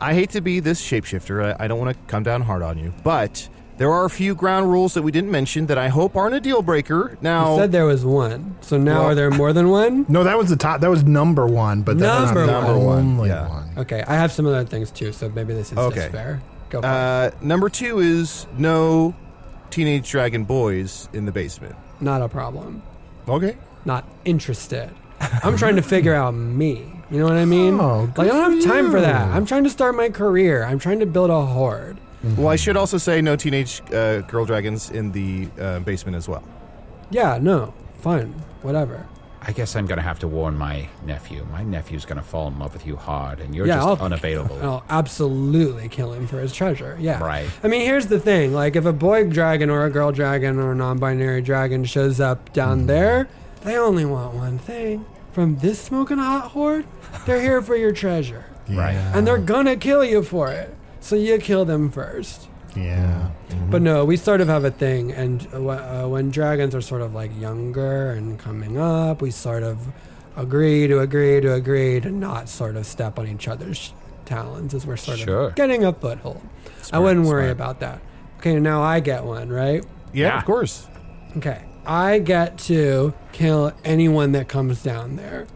C: I hate to be this shapeshifter. I, I don't want to come down hard on you, but there are a few ground rules that we didn't mention that I hope aren't a deal breaker.
E: You
C: Now,
E: said there was one, so now
C: Well-
E: are there more than one?
B: No, that was the top. That was number one, but that's
E: Number
B: not the
E: one.
B: only
C: Yeah.
B: one.
E: Okay, I have some other things too, so maybe this is
C: Okay.
E: just fair. Go for
C: uh, number two is no teenage dragon boys in the basement.
E: it. Not a problem.
C: Okay.
E: Not interested. I'm trying to figure out me. You know what I mean?
B: Oh,
E: like, I
B: good
E: don't have
B: for
E: time for that.
B: you.
E: I'm trying to start my career. I'm trying to build a horde.
C: Well, I should also say no teenage uh, girl dragons in the uh, basement as well.
E: Yeah, no, fine, whatever.
D: I guess I'm going to have to warn my nephew. My nephew's going to fall in love with you hard, and you're
E: Yeah, Oh.
D: just
E: I'll-
D: unavailable.
E: I'll absolutely kill him for his treasure. Yeah.
D: Right.
E: I mean, here's the thing: like, if a boy dragon or a girl dragon or a non-binary dragon shows up
D: Mm.
E: down there, they only want one thing from this smoking hot horde. They're here for your treasure,
D: Right.
E: and they're gonna kill you for it. So you kill them first.
B: Yeah.
E: But no, we sort of have a thing, and uh, wh- uh, when dragons are sort of like younger and coming up, we sort of agree to agree to agree to not sort of step on each other's talons as we're sort
D: Sure.
E: of getting a foothold. I wouldn't worry
D: smart.
E: about that. Okay, now I get one, right?
C: Yeah,
D: Yeah.
C: of course.
E: Okay, I get to kill anyone that comes down there.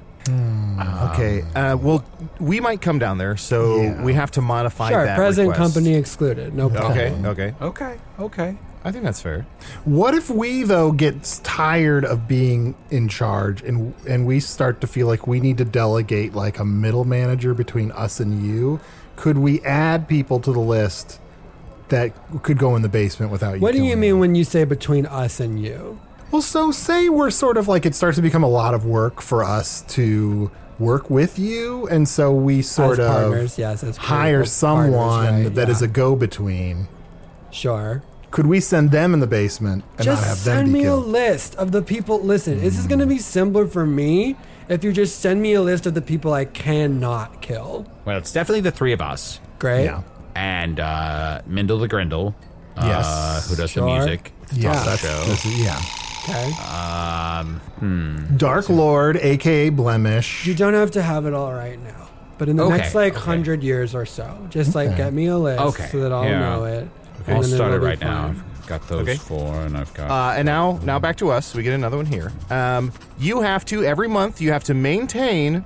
C: Okay. Uh, well, we might come down there, so we have to modify
E: Sure,
C: that.
E: present
C: request.
E: company excluded. No problem.
C: Okay. Okay.
D: Okay, okay.
C: I think that's fair.
B: What if we though gets tired of being in charge and and we start to feel like we need to delegate like a middle manager between us and you? Could we add people to the list that could go in the basement without you?
E: What do you
B: killing
E: mean
B: them?
E: when you say between us and you?
B: Well, so say we're sort of like it starts to become a lot of work for us to work with you, and so we sort
E: as
B: of
E: partners, yes, as
B: hire
E: partners, partners,
B: someone that is
E: right, yeah.
B: a go-between.
E: Sure.
B: Could we send them in the basement and
E: just
B: not have them
E: send
B: be
E: me
B: killed?
E: a list of the people. Listen, this is going to be
D: Mm.
E: simpler for me if you just send me a list of the people I cannot kill.
D: Well, it's definitely the three of us
E: Great.
B: Yeah.
D: and uh, Mindle the Grindle, uh,
B: Yes,
D: who does
E: sure.
D: the music.
B: Yeah,
D: on the
B: that's,
D: show.
B: that's- yeah.
E: Okay.
D: Uh.
B: Dark Lord, aka Blemish.
E: you don't have to have it all right now, but in the
D: Okay,
E: next like
D: okay.
E: hundred years or so, just like get me a list
D: Okay,
E: so that I'll
D: yeah.
E: know it. and
D: I'll
E: then
D: start it
E: it'll be
D: right now.
E: fine.
D: I've got those
C: Okay.
D: four, and I've got.
C: Uh, and now, now back to us. We get another one here. Um, you have to every month. You have to maintain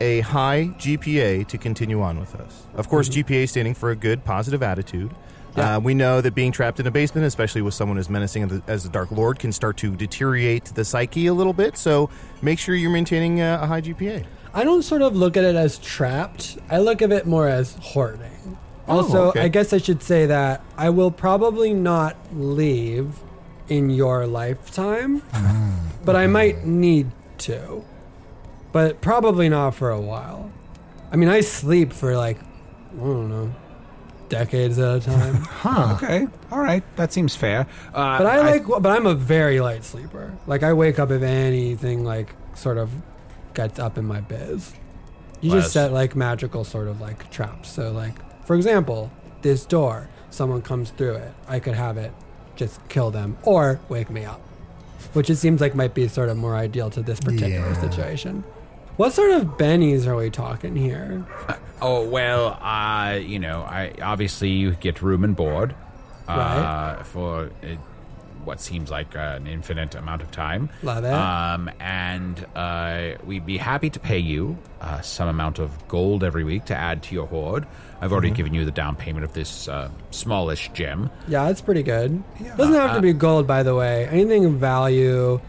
C: a high GPA to continue on with us. Of course, GPA standing for a good, positive attitude. Uh, we know that being trapped in a basement, especially with someone as menacing as the, as the Dark Lord, can start to deteriorate the psyche a little bit. So make sure you're maintaining uh, a high GPA.
E: I don't sort of look at it as trapped. I look at it more as hoarding. Also,
C: okay.
E: I guess I should say that I will probably not leave in your lifetime, but I might need to. But probably not for a while. I mean, I sleep for like, I don't know, decades at a time.
D: Okay, all right, that seems fair. Uh,
E: But I like, but I'm a very light sleeper. Like I wake up if anything like sort of gets up in my biz. You
D: Wes.
E: just set like magical sort of like traps. So like, for example, this door, someone comes through it. I could have it just kill them or wake me up, which it seems like might be sort of more ideal to this particular
B: Yeah.
E: situation. What sort of bennies are we talking here?
D: Oh well, uh, you know, I obviously you get room and board uh,
E: Right.
D: for uh, what seems like an infinite amount of time.
E: Love it.
D: Um, and uh, we'd be happy to pay you uh, some amount of gold every week to add to your hoard. I've already
E: Mm-hmm.
D: given you the down payment of this uh, smallish gem.
E: Yeah, it's pretty good. Doesn't have to be gold, by the way. Anything of value,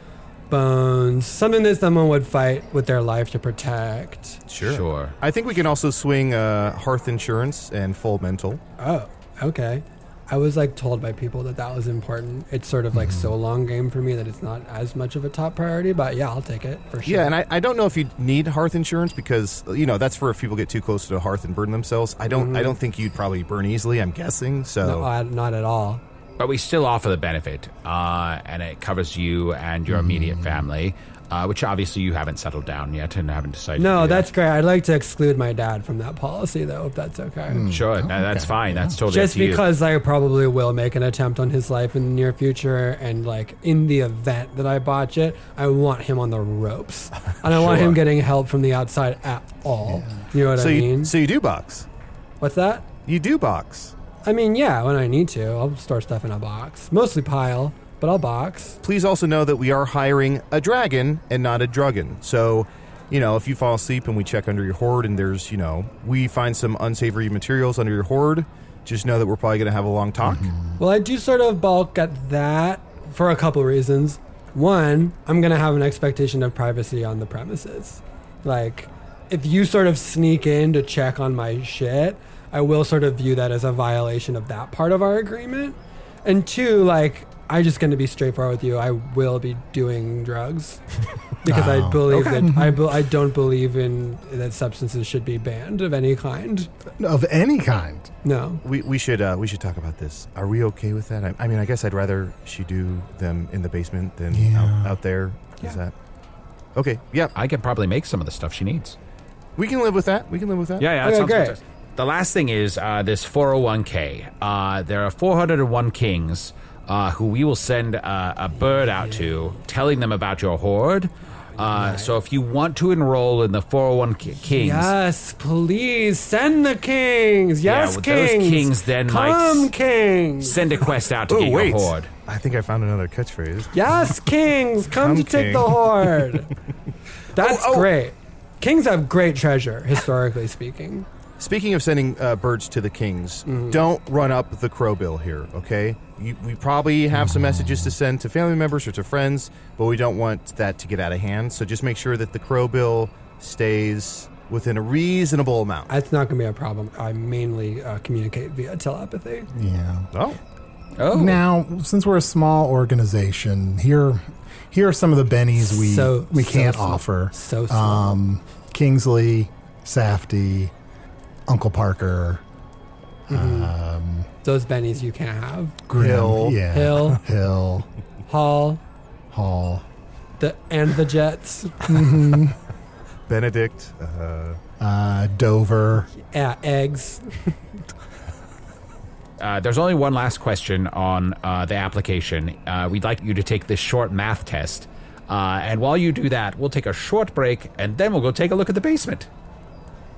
E: bones, something that someone would fight with their life to protect.
D: Sure. Sure.
C: I think we can also swing uh, hearth insurance and full mental.
E: Oh, okay. I was like told by people that that was important. It's sort of like
C: Mm-hmm.
E: so long game for me that it's not as much of a top priority, but yeah, I'll take it for sure.
C: Yeah, and I, I don't know if you need hearth insurance because you know that's for if people get too close to the hearth and burn themselves. I don't.
B: Mm-hmm.
C: I don't think you'd probably burn easily. I'm guessing. So
E: no, I, not at all.
D: But we still offer the benefit, uh, and it covers you and your
E: Mm.
D: immediate family, uh, which obviously you haven't settled down yet and haven't decided. to
E: No,
D: do
E: that's great. I'd like to exclude my dad from that policy, though, if that's Oh, okay.
C: Hmm.
D: Sure, no, that's fine. That's totally up
E: Just
D: to you.
E: because I probably will make an attempt on his life in the near future, and like in the event that I botch it, I want him on the ropes. I don't want
D: Sure.
E: him getting help from the outside at all. You know what
C: so
E: I
C: you
E: mean?
C: so you do box.
E: What's that?
C: You do box.
E: I mean, yeah, when I need to, I'll store stuff in a box. Mostly pile, but I'll box.
C: Please also know that we are hiring a dragon and not a druggin. So, you know, if you fall asleep and we check under your hoard and there's, you know, we find some unsavory materials under your hoard, just know that we're probably going to have a long talk.
E: Well, I do sort of balk at that for a couple reasons. One, I'm going to have an expectation of privacy on the premises. Like, if you sort of sneak in to check on my shit, I will sort of view that as a violation of that part of our agreement. And two, like, I'm just going to be straightforward with you. I will be doing drugs because I believe that I, be- I don't believe in that substances should be banned of any kind.
B: Of any kind.
E: No.
C: We, we should uh, we should talk about this. Are we okay with that? I, I mean, I guess I'd rather she do them in the basement than out, out there. Is that okay? Yeah,
D: I can probably make some of the stuff she needs.
C: we can live with that. We can live with that.
D: Yeah, yeah,
E: that Okay, sounds great. fantastic.
D: The last thing is uh, this 401k. Uh, there are 401 kings uh, who we will send uh, a bird out to, telling them about your hoard. Uh, So if you want to enroll in the 401 k- kings,
E: Yes, please send the kings.
D: Yeah,
E: Yes,
D: well, those
E: kings.
D: kings then might
E: come,
D: s-
E: kings.
D: send a quest out to
C: Oh
D: get
C: wait,
D: your hoard.
C: I think I found another catchphrase.
E: Yes, kings, come,
C: Come,
E: to take the
C: king.
E: hoard. That's
C: Oh, oh.
E: great. Kings have great treasure, historically speaking.
C: Speaking of sending uh, birds to the kings,
B: Mm-hmm.
C: don't run up the crow bill here, okay? You, we probably have
B: Mm-hmm.
C: some messages to send to family members or to friends, but we don't want that to get out of hand. So just make sure that the crow bill stays within a reasonable
D: Oh.
C: amount.
E: That's not going to be a problem. I mainly uh, communicate via telepathy.
B: Yeah.
C: oh,
D: Oh,
B: Now, since we're a small organization, here here are some of the bennies we
E: So-
B: we
E: so
B: can't
E: small.
B: offer.
E: So small.
B: um, Kingsley, Safty, Uncle Parker,
E: Those bennies you can't have.
B: Grim,
C: Hill.
B: yeah,
E: Hill.
B: Hill,
E: Hall,
B: Hall,
E: the and the Jets.
C: Benedict. Uh,
B: uh, Dover.
E: Yeah, eggs.
D: Uh, there's only one last question on uh, the application. Uh, we'd like you to take this short math test. Uh, and while you do that, we'll take a short break and then we'll go take a look at the basement.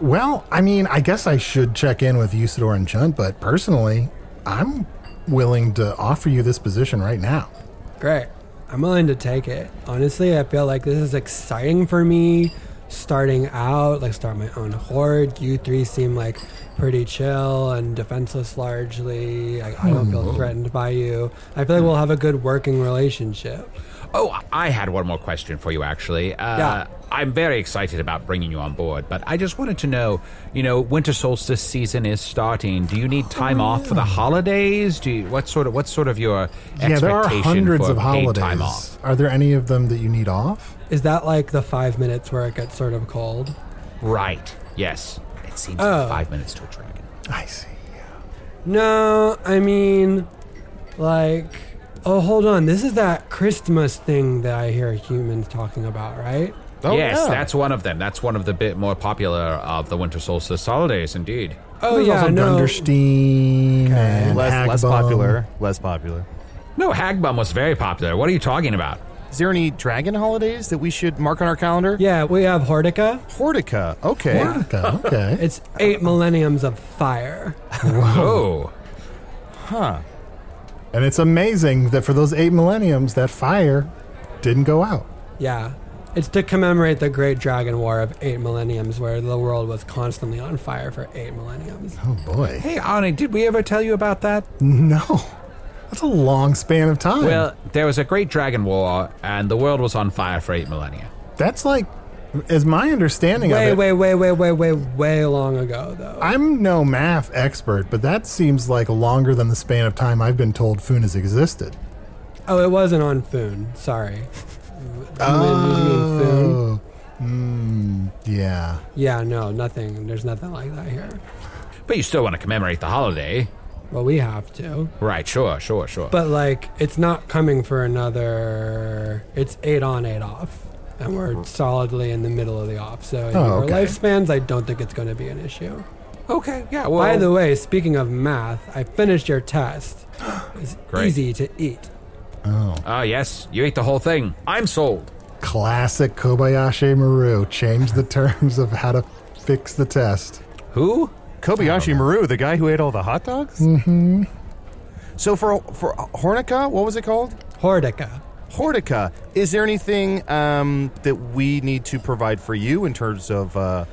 B: Well, I mean, I guess I should check in with Usador and Chunt, but personally, I'm willing to offer you this position right now.
E: Great. I'm willing to take it. Honestly, I feel like this is exciting for me. Starting out, like start my own horde. You three seem like pretty chill and defenseless largely. I, I don't feel threatened by you. I feel like we'll have a good working relationship.
D: Oh, I had one more question for you, actually. Uh,
E: Yeah.
D: I'm very excited about bringing you on board, but I just wanted to know you know, winter solstice season is starting. Do you need time off for the holidays? Do you, what sort of what's sort of your
B: Yeah, there are
D: expectation
B: hundreds
D: for
B: of
D: paid
B: holidays.
D: time off?
B: Are there any of them that you need off?
E: Is that like the five minutes where it gets sort of cold?
D: Right. Yes. It seems
E: Oh.
D: like five minutes to a dragon.
B: I see.
E: No, I mean, like, oh, hold on. This is that Christmas thing that I hear humans talking about, right?
C: Oh,
D: yes,
C: yeah.
D: that's one of them. That's one of the bit more popular of the winter solstice holidays, indeed.
E: Oh,
B: There's
E: yeah,
B: also
E: no.
B: Dunderstein and
C: less, less
B: Hagbum.
C: popular. Less popular.
D: No, Hagbum was very popular. What are you talking about?
C: Is there any dragon holidays that we should mark on our calendar?
E: Yeah, we have Hortica.
C: Hortica. Okay.
B: Okay, okay.
E: It's eight millenniums of fire.
D: Oh,
B: and it's amazing that for those eight millenniums, that fire didn't go out.
E: Yeah. It's to commemorate the Great Dragon War of eight millenniums, where the world was constantly on fire for eight millenniums.
B: Oh boy.
D: hey, Arnie, did we ever tell you about that?
B: No, that's a long span of time.
D: Well, there was a great dragon war, and the world was on fire for eight millennia.
B: that's like, as my understanding of
E: Way,
B: it.
E: way, way, way, way, way, way long ago, though.
B: I'm no math expert, but that seems like longer than the span of time I've been told Foon has existed.
E: Oh, it wasn't on Foon. Sorry. Oh. You mean Foon?
B: Yeah.
E: Yeah, no, nothing. There's nothing like that here.
D: But you still want to commemorate the holiday.
E: Well, we have to.
D: Right, sure, sure, sure.
E: But, like, it's not coming for another. It's eight on, eight off. And we're solidly in the middle of the off. So, in
B: Oh,
E: our
B: okay.
E: lifespans, I don't think it's going to be an issue.
D: okay, yeah, well.
E: By the way, speaking of math, I finished your test. It's
D: Great.
E: easy to eat.
D: Ah, yes, you ate the whole thing. I'm sold.
B: Classic Kobayashi Maru changed the terms of how to fix the test.
D: Who?
C: Kobayashi Maru, the guy who ate all the hot dogs? Mm-hmm. So for for Hornica, what was it called?
E: Hordica.
C: Hortica. Is there anything um, that we need to provide for you in terms of uh,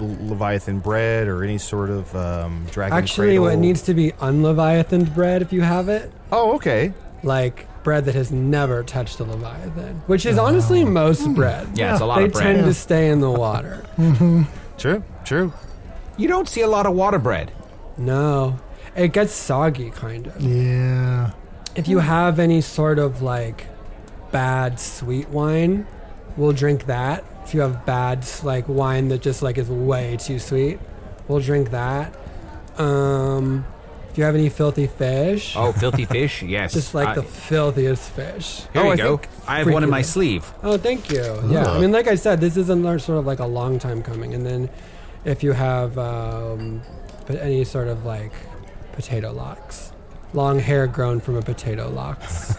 C: l- Leviathan bread or any sort of um, dragon?
E: Actually, what
C: cradle?
E: needs to be unleviathan bread, if you have it,
C: Oh, okay.
E: like bread that has never touched a leviathan, which is honestly most bread.
D: Yeah, it's a lot
E: they
D: of bread.
E: tend to stay in the water.
C: True. True.
D: You don't see a lot of water bread.
E: no, it gets soggy, kind of.
B: Yeah.
E: If you have any sort of like bad sweet wine, we'll drink that. If you have bad like wine that just like is way too sweet, we'll drink that. Um, if you have any filthy fish,
D: Oh, filthy fish? Yes.
E: just like
D: I-
E: the filthiest fish.
D: Here
E: oh,
D: you
E: I
D: go.
E: think
D: I have one in my
E: freaking-
D: sleeve.
E: Oh, thank you. Yeah, I mean, like I said, this is another sort of like a long time coming. And then, if you have um, p- any sort of like potato locks, long hair grown from a potato locks.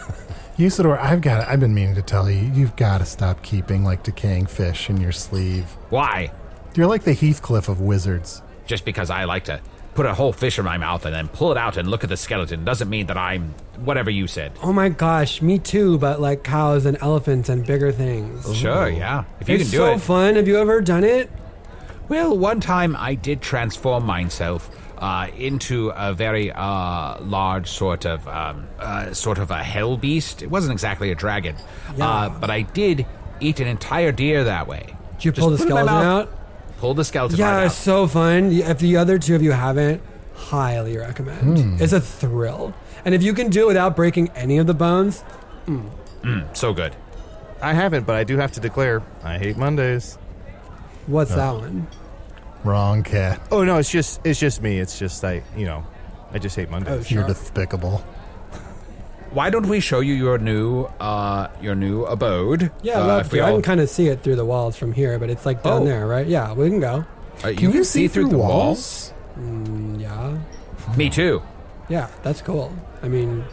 B: Usador, I've got I've been meaning to tell you, you've got to stop keeping like decaying fish in your sleeve.
D: Why?
B: You're like the Heathcliff of wizards.
D: Just because I like to put a whole fish in my mouth and then pull it out and look at the skeleton doesn't mean that I'm whatever you said.
E: Oh my gosh, me too, but like cows and elephants and bigger things.
D: Sure, yeah. If you
E: it's
D: can do
E: so
D: it.
E: fun. Have you ever done it?
D: Well, one time I did transform myself uh, into a very uh, large sort of um, uh, sort of a hell beast. It wasn't exactly a dragon, uh, but I did eat an entire deer that way.
E: Did you pull the
D: put it in my
E: skeleton
D: mouth,
E: out?
D: Pull the skeleton
E: Yeah,
D: right
E: it's
D: out.
E: so fun. If the other two of you haven't, highly recommend. It's a thrill. And if you can do it without breaking any of the bones,
D: Mm, so good.
C: I haven't, but I do have to declare I hate Mondays.
E: what's that one?
B: Wrong cat.
C: Oh no, it's just it's just me. It's just I you know I just hate
E: Oh,
C: Mondays.
B: You're despicable.
D: Why don't we show you your new uh, your new abode?
E: Yeah,
D: uh,
E: I love
D: if we
E: to. I
D: all-
E: can kind of see it through the walls from here, but it's like down
D: Oh.
E: there, right? Yeah, we can go.
D: uh,
B: Can you, see, through,
D: the
B: walls?
E: Yeah.
D: walls? Me too.
E: Yeah, that's cool. I mean,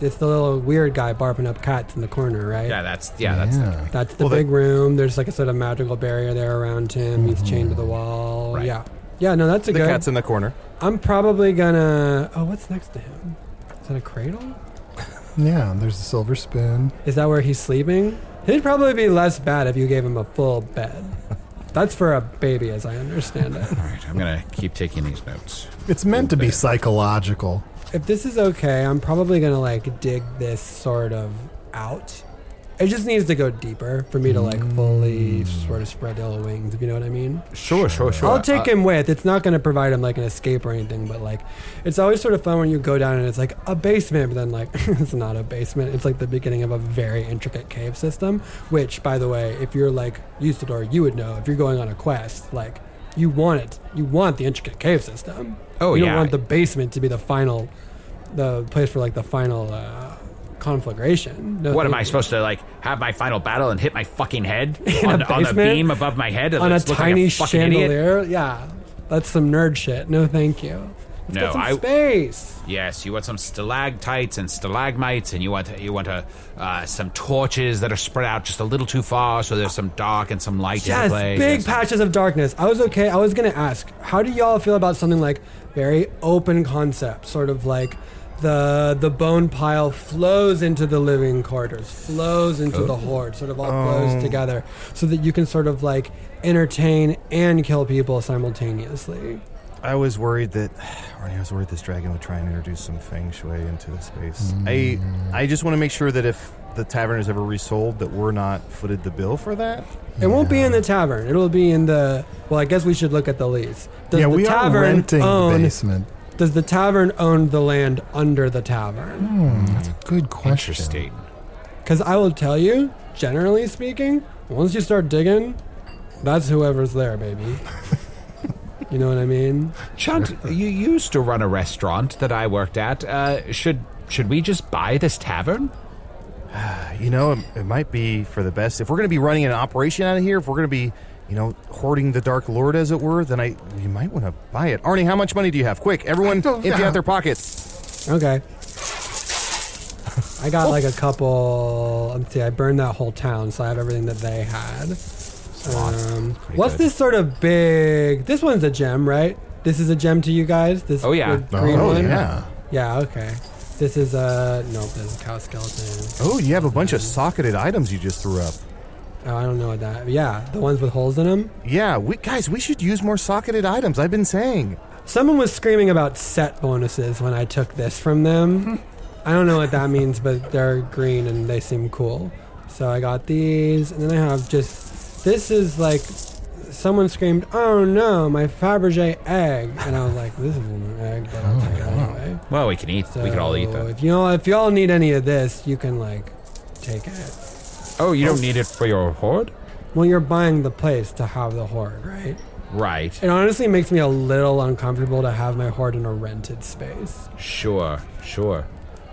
E: it's the little weird guy barfing up cats in the corner, right?
D: Yeah, that's yeah, that's
B: Yeah.
E: That's the
C: Well, they-
E: big room. There's like a sort of magical barrier there around him. He's chained to the wall.
D: Right.
E: Yeah. Yeah, no, that's a
C: The
E: good.
C: cat's in the corner.
E: I'm probably gonna. Oh, what's next to him? Is that a cradle?
B: Yeah, there's a silver spoon.
E: Is that where he's sleeping? He'd probably be less bad if you gave him a full bed. That's for a baby, as I understand it.
D: All right, I'm gonna keep taking these notes.
B: It's meant to be psychological.
E: if this is okay, I'm probably gonna like dig this sort of out. It just needs to go deeper for me to like fully
C: Mm.
E: sort of spread the little wings, if you know what I mean.
D: Sure, sure, sure. Uh,
E: I'll take him with. It's not gonna provide him like an escape or anything, but like it's always sort of fun when you go down and it's like a basement, but then like it's not a basement. It's like the beginning of a very intricate cave system. Which, by the way, if you're like Usador, you would know if you're going on a quest, like you want it. You want the intricate cave system.
D: Oh,
E: you
D: yeah.
E: don't want the basement to be the final, the place for like the final uh, conflagration. No,
D: What am
E: it-
D: I supposed to like have my final battle and hit my fucking head
E: a
D: on, on a
E: basement?
D: beam above my head
E: on a
D: Let's look like
E: tiny
D: fucking Idiot?
E: chandelier? Yeah, that's some nerd shit. No, thank you. Let's
D: No,
E: get some
D: I-
E: space.
D: Yes, you want some stalactites and stalagmites, and you want you want a, uh, some torches that are spread out just a little too far, so there's some dark and some light in
E: Yes,
D: play.
E: big
D: Yes.
E: patches of darkness. I was okay. I was gonna ask, how do y'all feel about something like very open concept, sort of like the the bone pile flows into the living quarters, flows into the horde, sort of all flows together, so that you can sort of like entertain and kill people simultaneously.
C: I was worried that Arnie, I was worried this dragon would try and introduce some feng shui into the space.
B: Mm.
C: I I just want to make sure that if the tavern is ever resold, that we're not footed the bill for that.
E: It won't be in the tavern. It'll be in the well. I guess we should look at the lease. Does
B: yeah,
E: the
B: we are
E: tavern
B: renting the
E: own?
B: basement.
E: Does the tavern own the land under the tavern?
B: Good question.
D: Interesting.
E: Because I will tell you, generally speaking, once you start digging, that's whoever's there, baby. you know what I mean?
D: Chunt, you used to run a restaurant that I worked at. Uh, should should we just buy this tavern?
C: You know, it, it might be for the best if we're going to be running an operation out of here. If we're going to be, you know, hoarding the dark lord, as it were, then I you might want to buy it. Arnie, how much money do you have? Quick, everyone,
B: don't-
C: empty out their pockets.
E: Okay. I got like a couple. Let's see, I burned that whole town, so I have everything that they had. Um, what's this sort of big? This one's a gem, right? This is a gem to you guys. This
D: Oh, yeah.
E: big green
B: Oh,
E: one?
B: yeah.
E: yeah. Okay. This is a nope. This is a cow skeleton.
C: Oh, you have a bunch of socketed items you just threw up.
E: Oh, I don't know what that. Yeah, the ones with holes in them.
C: Yeah, we guys, we should use more socketed items. I've been saying.
E: Someone was screaming about set bonuses when I took this from them. I don't know what that means, but they're green and they seem cool. So I got these, and then I have just this is like someone screamed, "Oh no, my Fabergé egg!" And I was like, "This isn't an egg, but I'll take it anyway."
D: Well, we can eat. Oh, we can all eat
E: So
D: that.
E: If you all if y'all need any of this, you can like take it.
D: Oh, you don't need it for your hoard,
E: Well, you're buying the place to have the hoard, right?
D: right?
E: It honestly makes me a little uncomfortable to have my hoard in a rented space.
D: Sure, sure.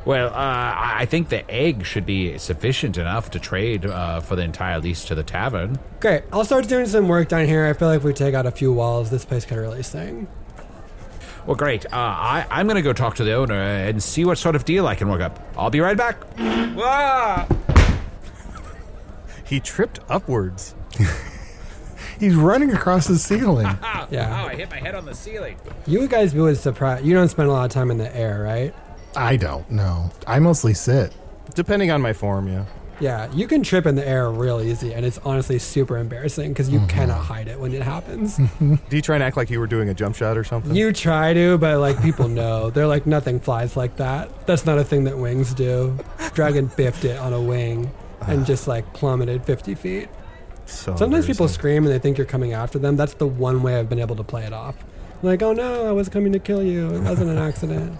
D: Well, uh, I I think the egg should be sufficient enough to trade uh, for the entire lease to the tavern.
E: Great. I'll start doing some work down here. I feel like if we take out a few walls, this place could really sing.
D: Well, great. Uh, I, I'm going to go talk to the owner and see what sort of deal I can work up. I'll be right back. Ah!
C: He tripped upwards.
B: He's running across the ceiling.
E: Yeah.
D: Wow, I hit my head on the ceiling.
E: You guys would surprise. You don't spend a lot of time in the air, right?
B: I don't know. I mostly sit.
C: Depending on my form, yeah.
E: Yeah, you can trip in the air real easy, and it's honestly super embarrassing because you cannot hide it when it happens.
C: Do you try and act like you were doing a jump shot or something?
E: you try to, but like people know, they're like nothing flies like that. That's not a thing that wings do. Dragon biffed it on a wing and just like plummeted 50 feet.
C: So
E: Sometimes people
C: embarrassing.
E: scream and they think you're coming after them. That's the one way I've been able to play it off. Like, oh no, I was coming to kill you. It wasn't an accident.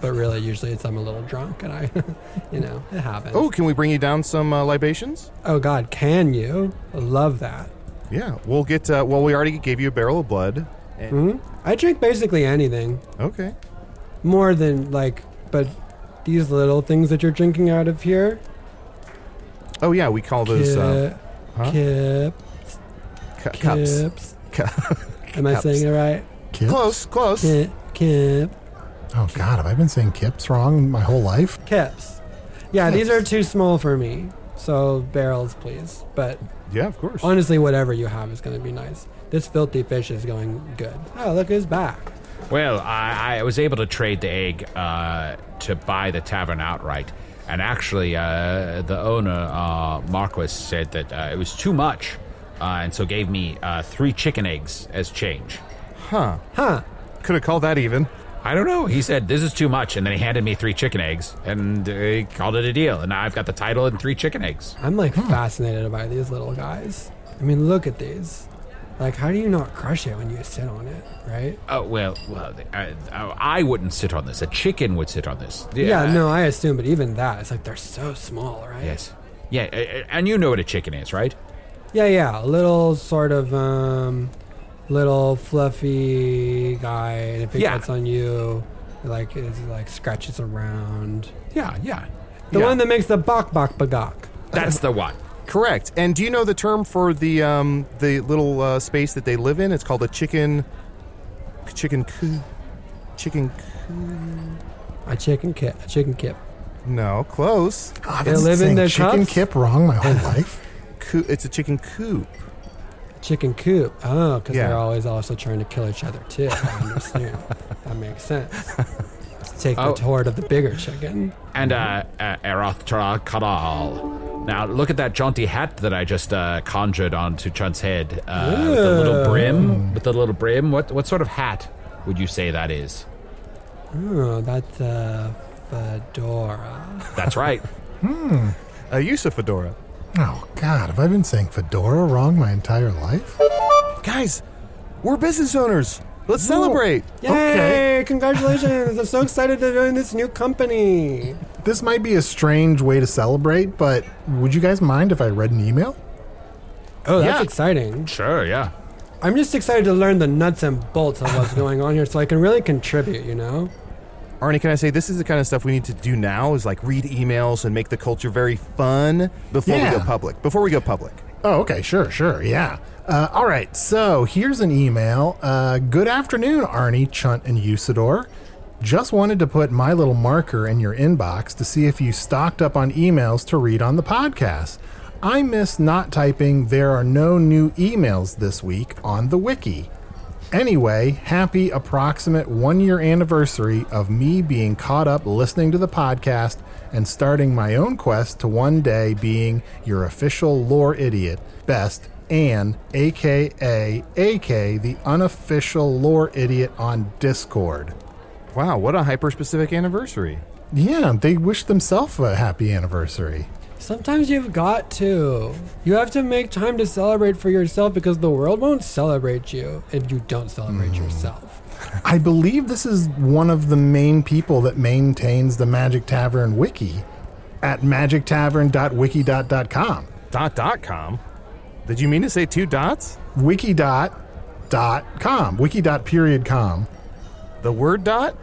E: But really, usually it's I'm a little drunk and I, you know, it happens.
C: Oh, can we bring you down some uh, libations?
E: Oh God, can you? I love that.
C: Yeah, we'll get. Uh, well, we already gave you a barrel of blood. And-
E: I drink basically anything,
C: Okay.
E: more than like, but these little things that you're drinking out of here.
C: Oh yeah, we call those uh,
E: Kip-
C: huh?
E: Kip,
C: cu- cups.
E: Kips.
C: Cu-
E: Am I
C: Cups.
E: saying it right?
B: Kips?
C: close, close.
E: Kip, Kip,
B: Oh, God. Have I been saying kips wrong my whole life?
E: Kips. Yeah, these are too small for me. So barrels, please. But
C: Yeah, of course.
E: honestly, whatever you have is going to be nice. This filthy fish is going good. Oh, look who's back.
D: Well, I, I was able to trade the egg uh, to buy the tavern outright. And actually, uh, the owner, uh, Marquis, said that uh, it was too much, uh, and so gave me uh, three chicken eggs as change.
E: Huh?
C: Could have called that even.
D: I don't know. He said, This is too much. And then he handed me three chicken eggs, and uh, he called it a deal. And now I've got the title and three chicken eggs.
E: I'm like fascinated by these little guys. I mean, look at these. Like, how do you not crush it when you sit on it, right?
D: Oh, well, well I, I wouldn't sit on this. A chicken would sit on this.
E: Yeah, no, I assume, but even that, it's like they're so small, right?
D: Yes. Yeah, uh, uh, and you know what a chicken is, right?
E: Yeah, yeah, a little sort of um, little fluffy guy, and if it
D: Yeah.
E: gets on you, it, like it like scratches around.
D: Yeah, yeah.
E: The
C: Yeah.
E: one that makes the bok bok bagok.
D: That's the one.
C: Correct. And do you know the term for the um, the little uh, space that they live in? It's called a chicken. Chicken coo. Chicken.
E: A chicken kip, a chicken kip.
C: No, close.
B: Oh, I've
E: They
B: been
E: live in
B: saying
E: their
B: chicken
E: cups?
B: kip wrong my whole life.
C: Coo- it's a chicken coop.
E: Chicken coop. Oh, because
C: Yeah.
E: they're always also trying to kill each other too. I understand. that makes sense. Take
D: Oh.
E: the tort of the bigger chicken.
D: And uh, uh, Erothtra Kadal. Now, look at that jaunty hat that I just uh, conjured onto Chunt's head. Uh, with the little brim. With the little brim. What, what sort of hat would you say that is?
E: Oh, that's a fedora.
D: That's right.
C: Uh, use a fedora.
B: Oh, God. Have I been saying fedora wrong my entire life?
C: Guys, we're business owners. Let's celebrate.
E: Yay! Congratulations! I'm so excited to join this new company.
B: This might be a strange way to celebrate, but would you guys mind if I read an email?
E: Oh, that's
C: Yeah.
E: exciting.
D: Sure, yeah.
E: I'm just excited to learn the nuts and bolts of what's going on here so I can really contribute, you know?
C: Arnie, can I say this is the kind of stuff we need to do now? Is like read emails and make the culture very fun before we go
B: Yeah.
C: public. Before we go public.
B: Oh, okay, sure, sure, yeah. Uh, all right, so here's an email. Uh, good afternoon, Arnie, Chunt, and Usador. Just wanted to put my little marker in your inbox to see if you stocked up on emails to read on the podcast. I miss not typing, there are no new emails this week on the wiki. Anyway, happy approximate one year anniversary of me being caught up listening to the podcast and starting my own quest to one day being your official lore idiot, best, and aka AK, the unofficial lore idiot on Discord.
C: Wow, what a hyper specific anniversary.
B: Yeah, they wish themselves a happy anniversary.
E: Sometimes you've got to. You have to make time to celebrate for yourself because the world won't celebrate you if you don't celebrate yourself.
B: I believe this is one of the main people that maintains the Magic Tavern wiki at magictavern.wiki.com.
C: Dot dot com. Did you mean to say two dots?
B: wiki dot dot com wiki dot period com
C: The word dot?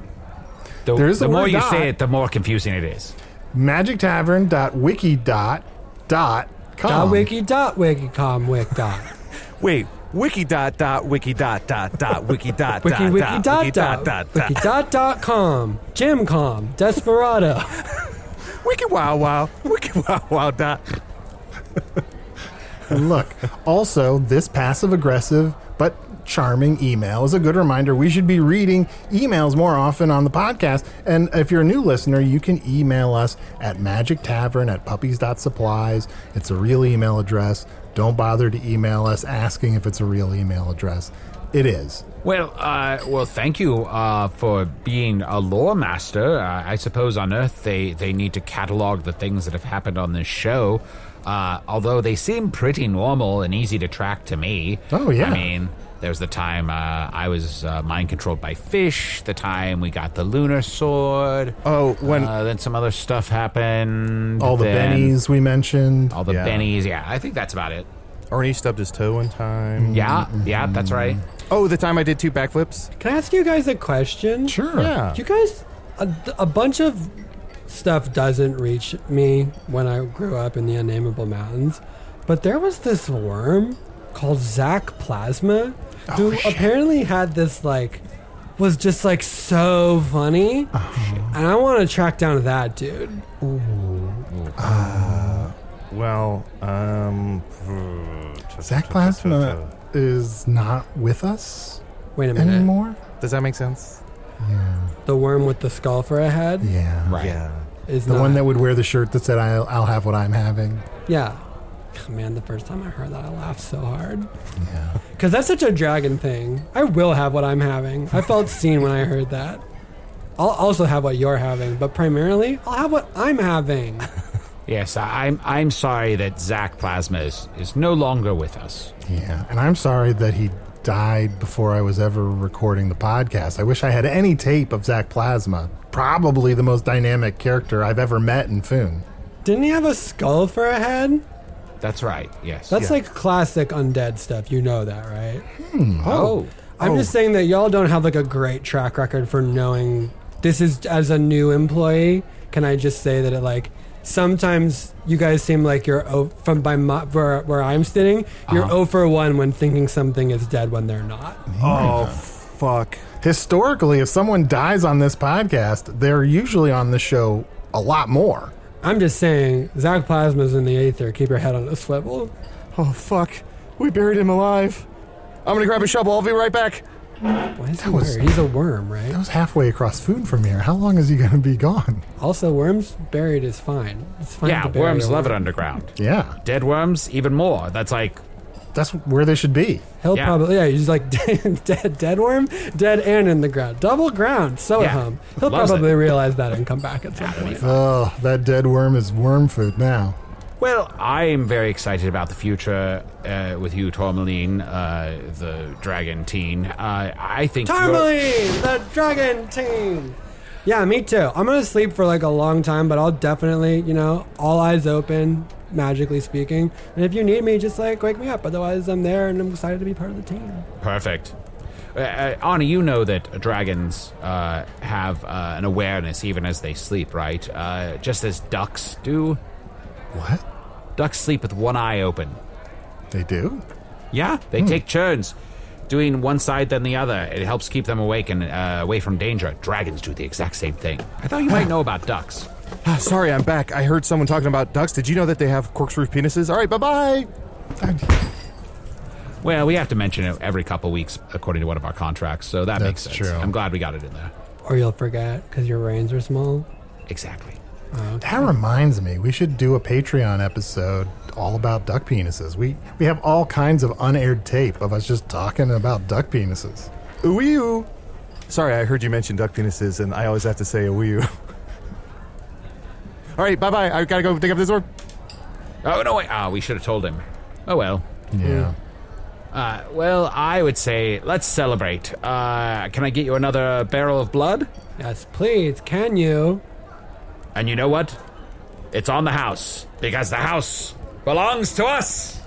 D: The,
B: There is
D: the
B: the
D: more
B: word
D: you
B: dot.
D: say it, the more confusing it is.
B: magic tavern dot wiki dot dot com
E: Dot wiki dot wiki com wick dot.
C: Wait, wiki dot dot wiki dot dot dot wiki dot
E: Wiki
C: dot
E: wiki
C: dot
E: dot dot. Wiki dot dot com. Gymcom. Desperado.
C: wiki wow wow wiki wow wow dot.
B: look also this passive aggressive but charming email is a good reminder. We should be reading emails more often on the podcast. And if you're a new listener, you can email us at magic tavern at puppies.supplies. It's a real email address. Don't bother to email us asking if it's a real email address. It is.
D: Well, uh, well, thank you uh, for being a lore master. Uh, I suppose on Earth they, they need to catalog the things that have happened on this show. Uh, although they seem pretty normal and easy to track to me.
B: Oh, yeah.
D: I mean, there was the time uh, I was uh, mind controlled by fish. The time we got the lunar sword.
C: Oh, when-
D: uh, then some other stuff happened.
B: All the
D: then
B: bennies we mentioned.
D: All the
C: Yeah.
D: bennies. Yeah, I think that's about it.
C: Arnie stubbed his toe one
B: Mm-hmm.
C: time.
D: Yeah, yeah, that's right.
C: Oh, the time I did two backflips.
E: Can I ask you guys a question?
B: Sure.
C: Yeah.
E: You guys, a, a bunch of stuff doesn't reach me when I grew up in the unnameable mountains, but there was this worm called Zach Plasma
B: Oh,
E: who apparently had this like was just like so funny,
B: Oh.
E: and I want to track down that dude.
C: Well, um,
B: Zach Plasma is not with us
E: Wait a minute,
B: anymore.
C: Does that make sense?
E: the worm with the skull for a head
B: Yeah.
D: Right.
C: Yeah.
E: is
B: The
E: not,
B: one that would wear the shirt that said, I'll, I'll have what I'm having.
E: yeah. Man, the first time I heard that, I laughed so hard.
B: Yeah.
E: Because that's such a dragon thing. I will have what I'm having. I felt seen when I heard that. I'll also have what you're having, but primarily, I'll have what I'm having.
D: Yes, I, I'm. I'm sorry that Zach Plasma is, is no longer with us.
B: Yeah. And I'm sorry that he died before I was ever recording the podcast. I wish I had any tape of Zach Plasma. Probably the most dynamic character I've ever met in Foon.
E: Didn't he have a skull for a head?
D: That's right. Yes.
E: That's like classic undead stuff. You know that, right?
D: oh.
E: I'm just saying that y'all don't have like a great track record for knowing this is as a new employee. Can I just say that it like sometimes you guys seem like you're o- from by my, where, where I'm sitting, you're
D: Uh-huh.
E: o for 1 when thinking something is dead when they're not.
C: Oh, fuck.
B: Historically, if someone dies on this podcast, they're usually on the show a lot more.
E: I'm just saying, Zach Plasma's in the aether. Keep your head on a swivel.
C: Oh, fuck. We buried him alive. I'm gonna grab a shovel. I'll be right back.
E: Why is he
B: was-
E: buried? He's a worm,
B: That
E: right?
B: was halfway across Foon from here. How long is he going to be gone?
E: Also, worms buried is fine. It's fine.
D: Yeah,
E: to bury
D: worms
E: a
D: love it
E: worm.
D: underground.
B: Yeah.
D: Dead worms, even more. That's like,
B: That's where they should be.
E: He'll
D: Yeah.
E: probably yeah. He's like dead, dead, dead worm, dead and in the ground, double ground. So
D: Yeah.
E: hum. He'll
D: Loves
E: probably
D: it.
E: realize that and come back at some point.
B: Oh, that dead worm is worm food now.
D: well, I'm very excited about the future uh, with you, Tourmaline, uh, the dragon teen. Uh, I think. you're-
E: Tourmaline, the dragon team. Yeah, me too. I'm gonna sleep for like a long time, but I'll definitely, you know, all eyes open, magically speaking. And if you need me, just like wake me up. Otherwise, I'm there, and I'm excited to be part of the team.
D: Perfect. Uh, uh, Ani, you know that dragons uh, have uh, an awareness even as they sleep, right? Uh, just as ducks do.
B: What?
D: Ducks sleep with one eye open.
B: They do?
D: Yeah, they
B: Hmm.
D: take turns doing one side then the other. It helps keep them awake and uh, away from danger. Dragons do the exact same thing. I thought you might know about ducks.
C: Ah, Sorry, I'm back. I heard someone talking about ducks. Did you know that they have corkscrew penises? All right, bye bye.
D: Well, we have to mention it every couple weeks according to one of our contracts, so that makes sense.
B: That's true.
D: I'm glad we got it in there.
E: Or you'll forget because your reins are small.
D: Exactly.
B: That reminds me, we should do a Patreon episode all about duck penises. We we have all kinds of unaired tape of us just talking about duck penises.
C: Ooh, you. Sorry, I heard you mention duck penises, and I always have to say ooh, you. All right, bye bye. I gotta go dig up this orb.
D: Oh no! Wait. Ah, we should have told him. Oh well.
B: Yeah.
D: Uh, well, I would say let's celebrate. Uh, can I get you another barrel of blood?
E: Yes, please. Can you?
D: And you know what? It's on the house because the house belongs to us.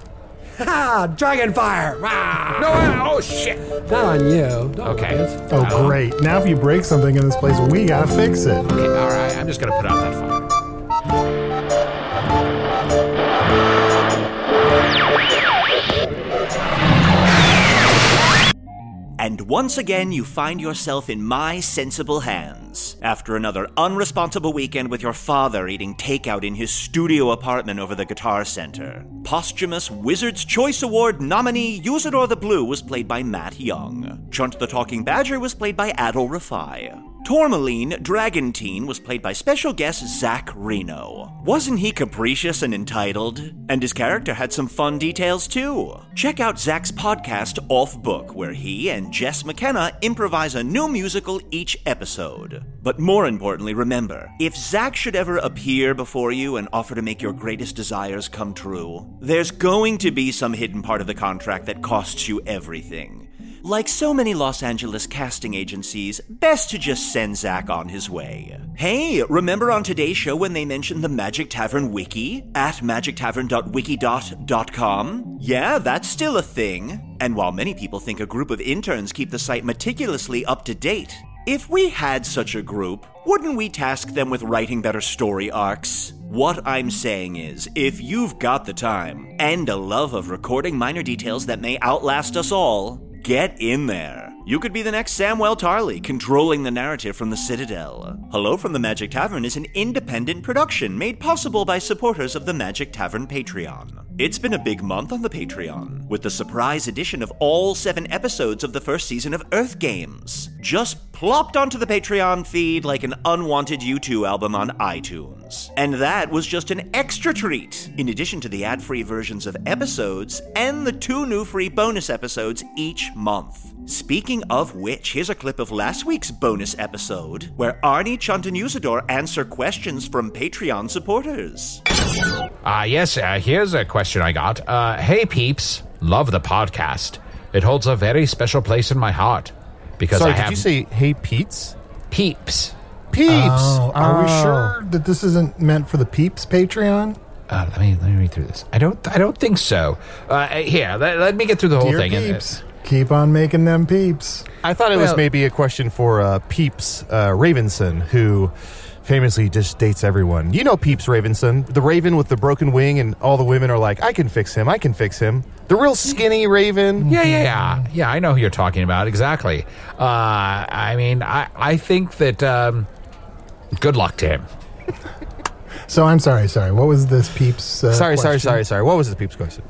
E: Ah, dragon fire. Rah!
D: No! ah, Oh shit!
E: Not on you. Don't
D: Okay.
E: Lucas.
B: Oh,
D: Uh,
B: great. Now if you break something in this place, we gotta fix it.
D: Okay, all right. I'm just gonna put out that fire.
A: And once again you find yourself in my sensible hands. After another unresponsible weekend with your father eating takeout in his studio apartment over the Guitar Center, posthumous Wizard's Choice Award nominee Usador the Blue was played by Matt Young. Chunt the Talking Badger was played by Adol Rafai. Tourmaline Dragontine was played by special guest Zach Reno. Wasn't he capricious and entitled? And his character had some fun details too. Check out Zach's podcast Off Book, where he and Jess McKenna improvise a new musical each episode. But more importantly, remember if Zach should ever appear before you and offer to make your greatest desires come true, there's going to be some hidden part of the contract that costs you everything. Like so many Los Angeles casting agencies, best to just send Zach on his way. Hey, remember on today's show when they mentioned the Magic Tavern Wiki at magictavern.wikidot.com? Yeah, that's still a thing. And while many people think a group of interns keep the site meticulously up to date, if we had such a group, wouldn't we task them with writing better story arcs? What I'm saying is, if you've got the time and a love of recording minor details that may outlast us all, Get in there. You could be the next Samwell Tarly, controlling the narrative from the Citadel. Hello from the Magic Tavern is an independent production made possible by supporters of the Magic Tavern Patreon. It's been a big month on the Patreon, with the surprise edition of all seven episodes of the first season of Earth Games, just plopped onto the Patreon feed like an unwanted U2 album on iTunes. And that was just an extra treat, in addition to the ad free versions of episodes and the two new free bonus episodes each month. Speaking of which, here's a clip of last week's bonus episode, where Arnie, Chunt, and Usador answer questions from Patreon supporters.
D: Ah, yes, uh, here's a question I got. Uh, hey, peeps, love the podcast. It holds a very special place in my heart because
C: Sorry,
D: I
C: did
D: have
C: you say hey Pete's?
D: peeps.
C: Peeps.
B: Oh, are we
C: Oh.
B: sure that this isn't meant for the Peeps Patreon?
D: Uh, let me let me read through this. I don't I don't think so. Uh, here, let, let me get through the whole
B: Dear
D: thing. and- uh,
B: Peeps, keep on making them peeps.
C: I thought it was
D: Well-
C: maybe a question for uh, Peeps uh, Ravenson, who famously just dates everyone. You know Peeps Ravenson, the raven with the broken wing, and all the women are like, I can fix him, I can fix him. The real skinny raven.
D: Yeah, yeah, yeah. Yeah, I know who you're talking about. Exactly. Uh, I mean, I, I think that um, good luck to him.
B: So I'm sorry, sorry. What was this Peeps? Uh,
C: Sorry, sorry,
B: question?
C: sorry, sorry. What was the Peeps question?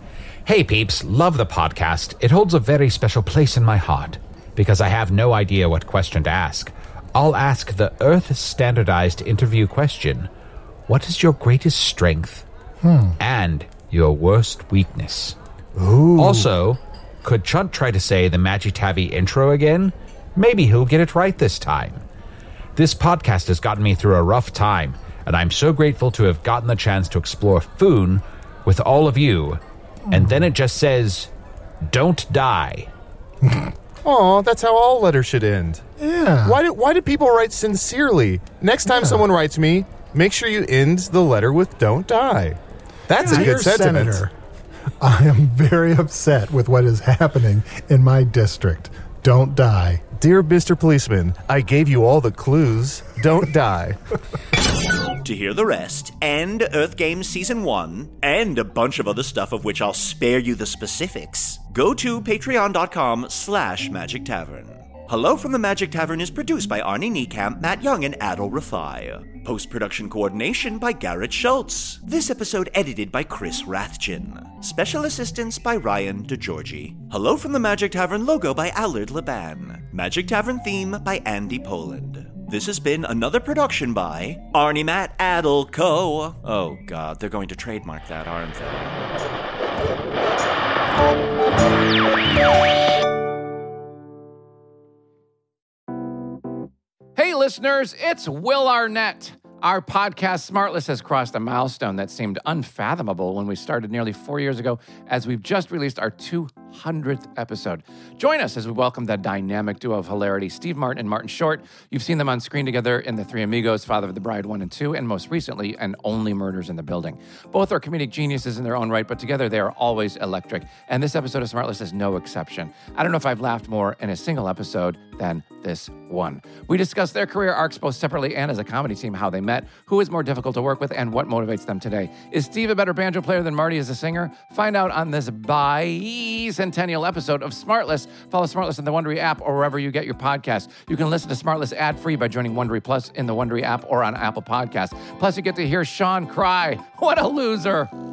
D: Hey, peeps, love the podcast. It holds a very special place in my heart because I have no idea what question to ask. I'll ask the Earth standardized interview question What is your greatest strength and your worst weakness? Also, could Chunt try to say the Magic Tabby intro again? Maybe he'll get it right this time. This podcast has gotten me through a rough time, and I'm so grateful to have gotten the chance to explore Foon with all of you. And then it just says, don't die.
C: Oh, that's how all letters should end.
B: Yeah.
C: Why do why do people write sincerely? Next time someone writes me, make sure you end the letter with "Don't die." That's a
B: Dear
C: good sentiment.
B: Senator, I am very upset with what is happening in my district. Don't die.
C: Dear Mr. Policeman, I gave you all the clues. Don't die.
A: To hear the rest, and Earth Games Season 1, and a bunch of other stuff of which I'll spare you the specifics, go to patreon.com slash magic tavern. Hello from the Magic Tavern is produced by Arnie Niekamp, Matt Young, and Adol Rafai. Post-production coordination by Garrett Schultz. This episode edited by Chris Rathjen. Special assistance by Ryan DeGiorgi. Hello from the Magic Tavern logo by Allard Laban. Magic Tavern theme by Andy Poland. This has been another production by Arnie Matt Adel Co. Oh god, they're going to trademark that, aren't they?
I: Hey, listeners, it's Will Arnett. Our podcast, Smartless, has crossed a milestone that seemed unfathomable when we started nearly four years ago, as we've just released our 200th episode. Join us as we welcome the dynamic duo of hilarity, Steve Martin and Martin Short. You've seen them on screen together in The Three Amigos, Father of the Bride 1 and 2, and most recently, and Only Murders in the Building. Both are comedic geniuses in their own right, but together they are always electric. And this episode of Smartless is no exception. I don't know if I've laughed more in a single episode than this one. We discuss their career arcs both separately and as a comedy team, how they met, who is more difficult to work with, and what motivates them today. Is Steve a better banjo player than Marty is a singer? Find out on this Bye centennial episode of Smartless. Follow Smartless in the Wondery app or wherever you get your podcasts. You can listen to Smartless ad free by joining Wondery Plus in the Wondery app or on Apple Podcasts. Plus, you get to hear Sean cry. What a loser!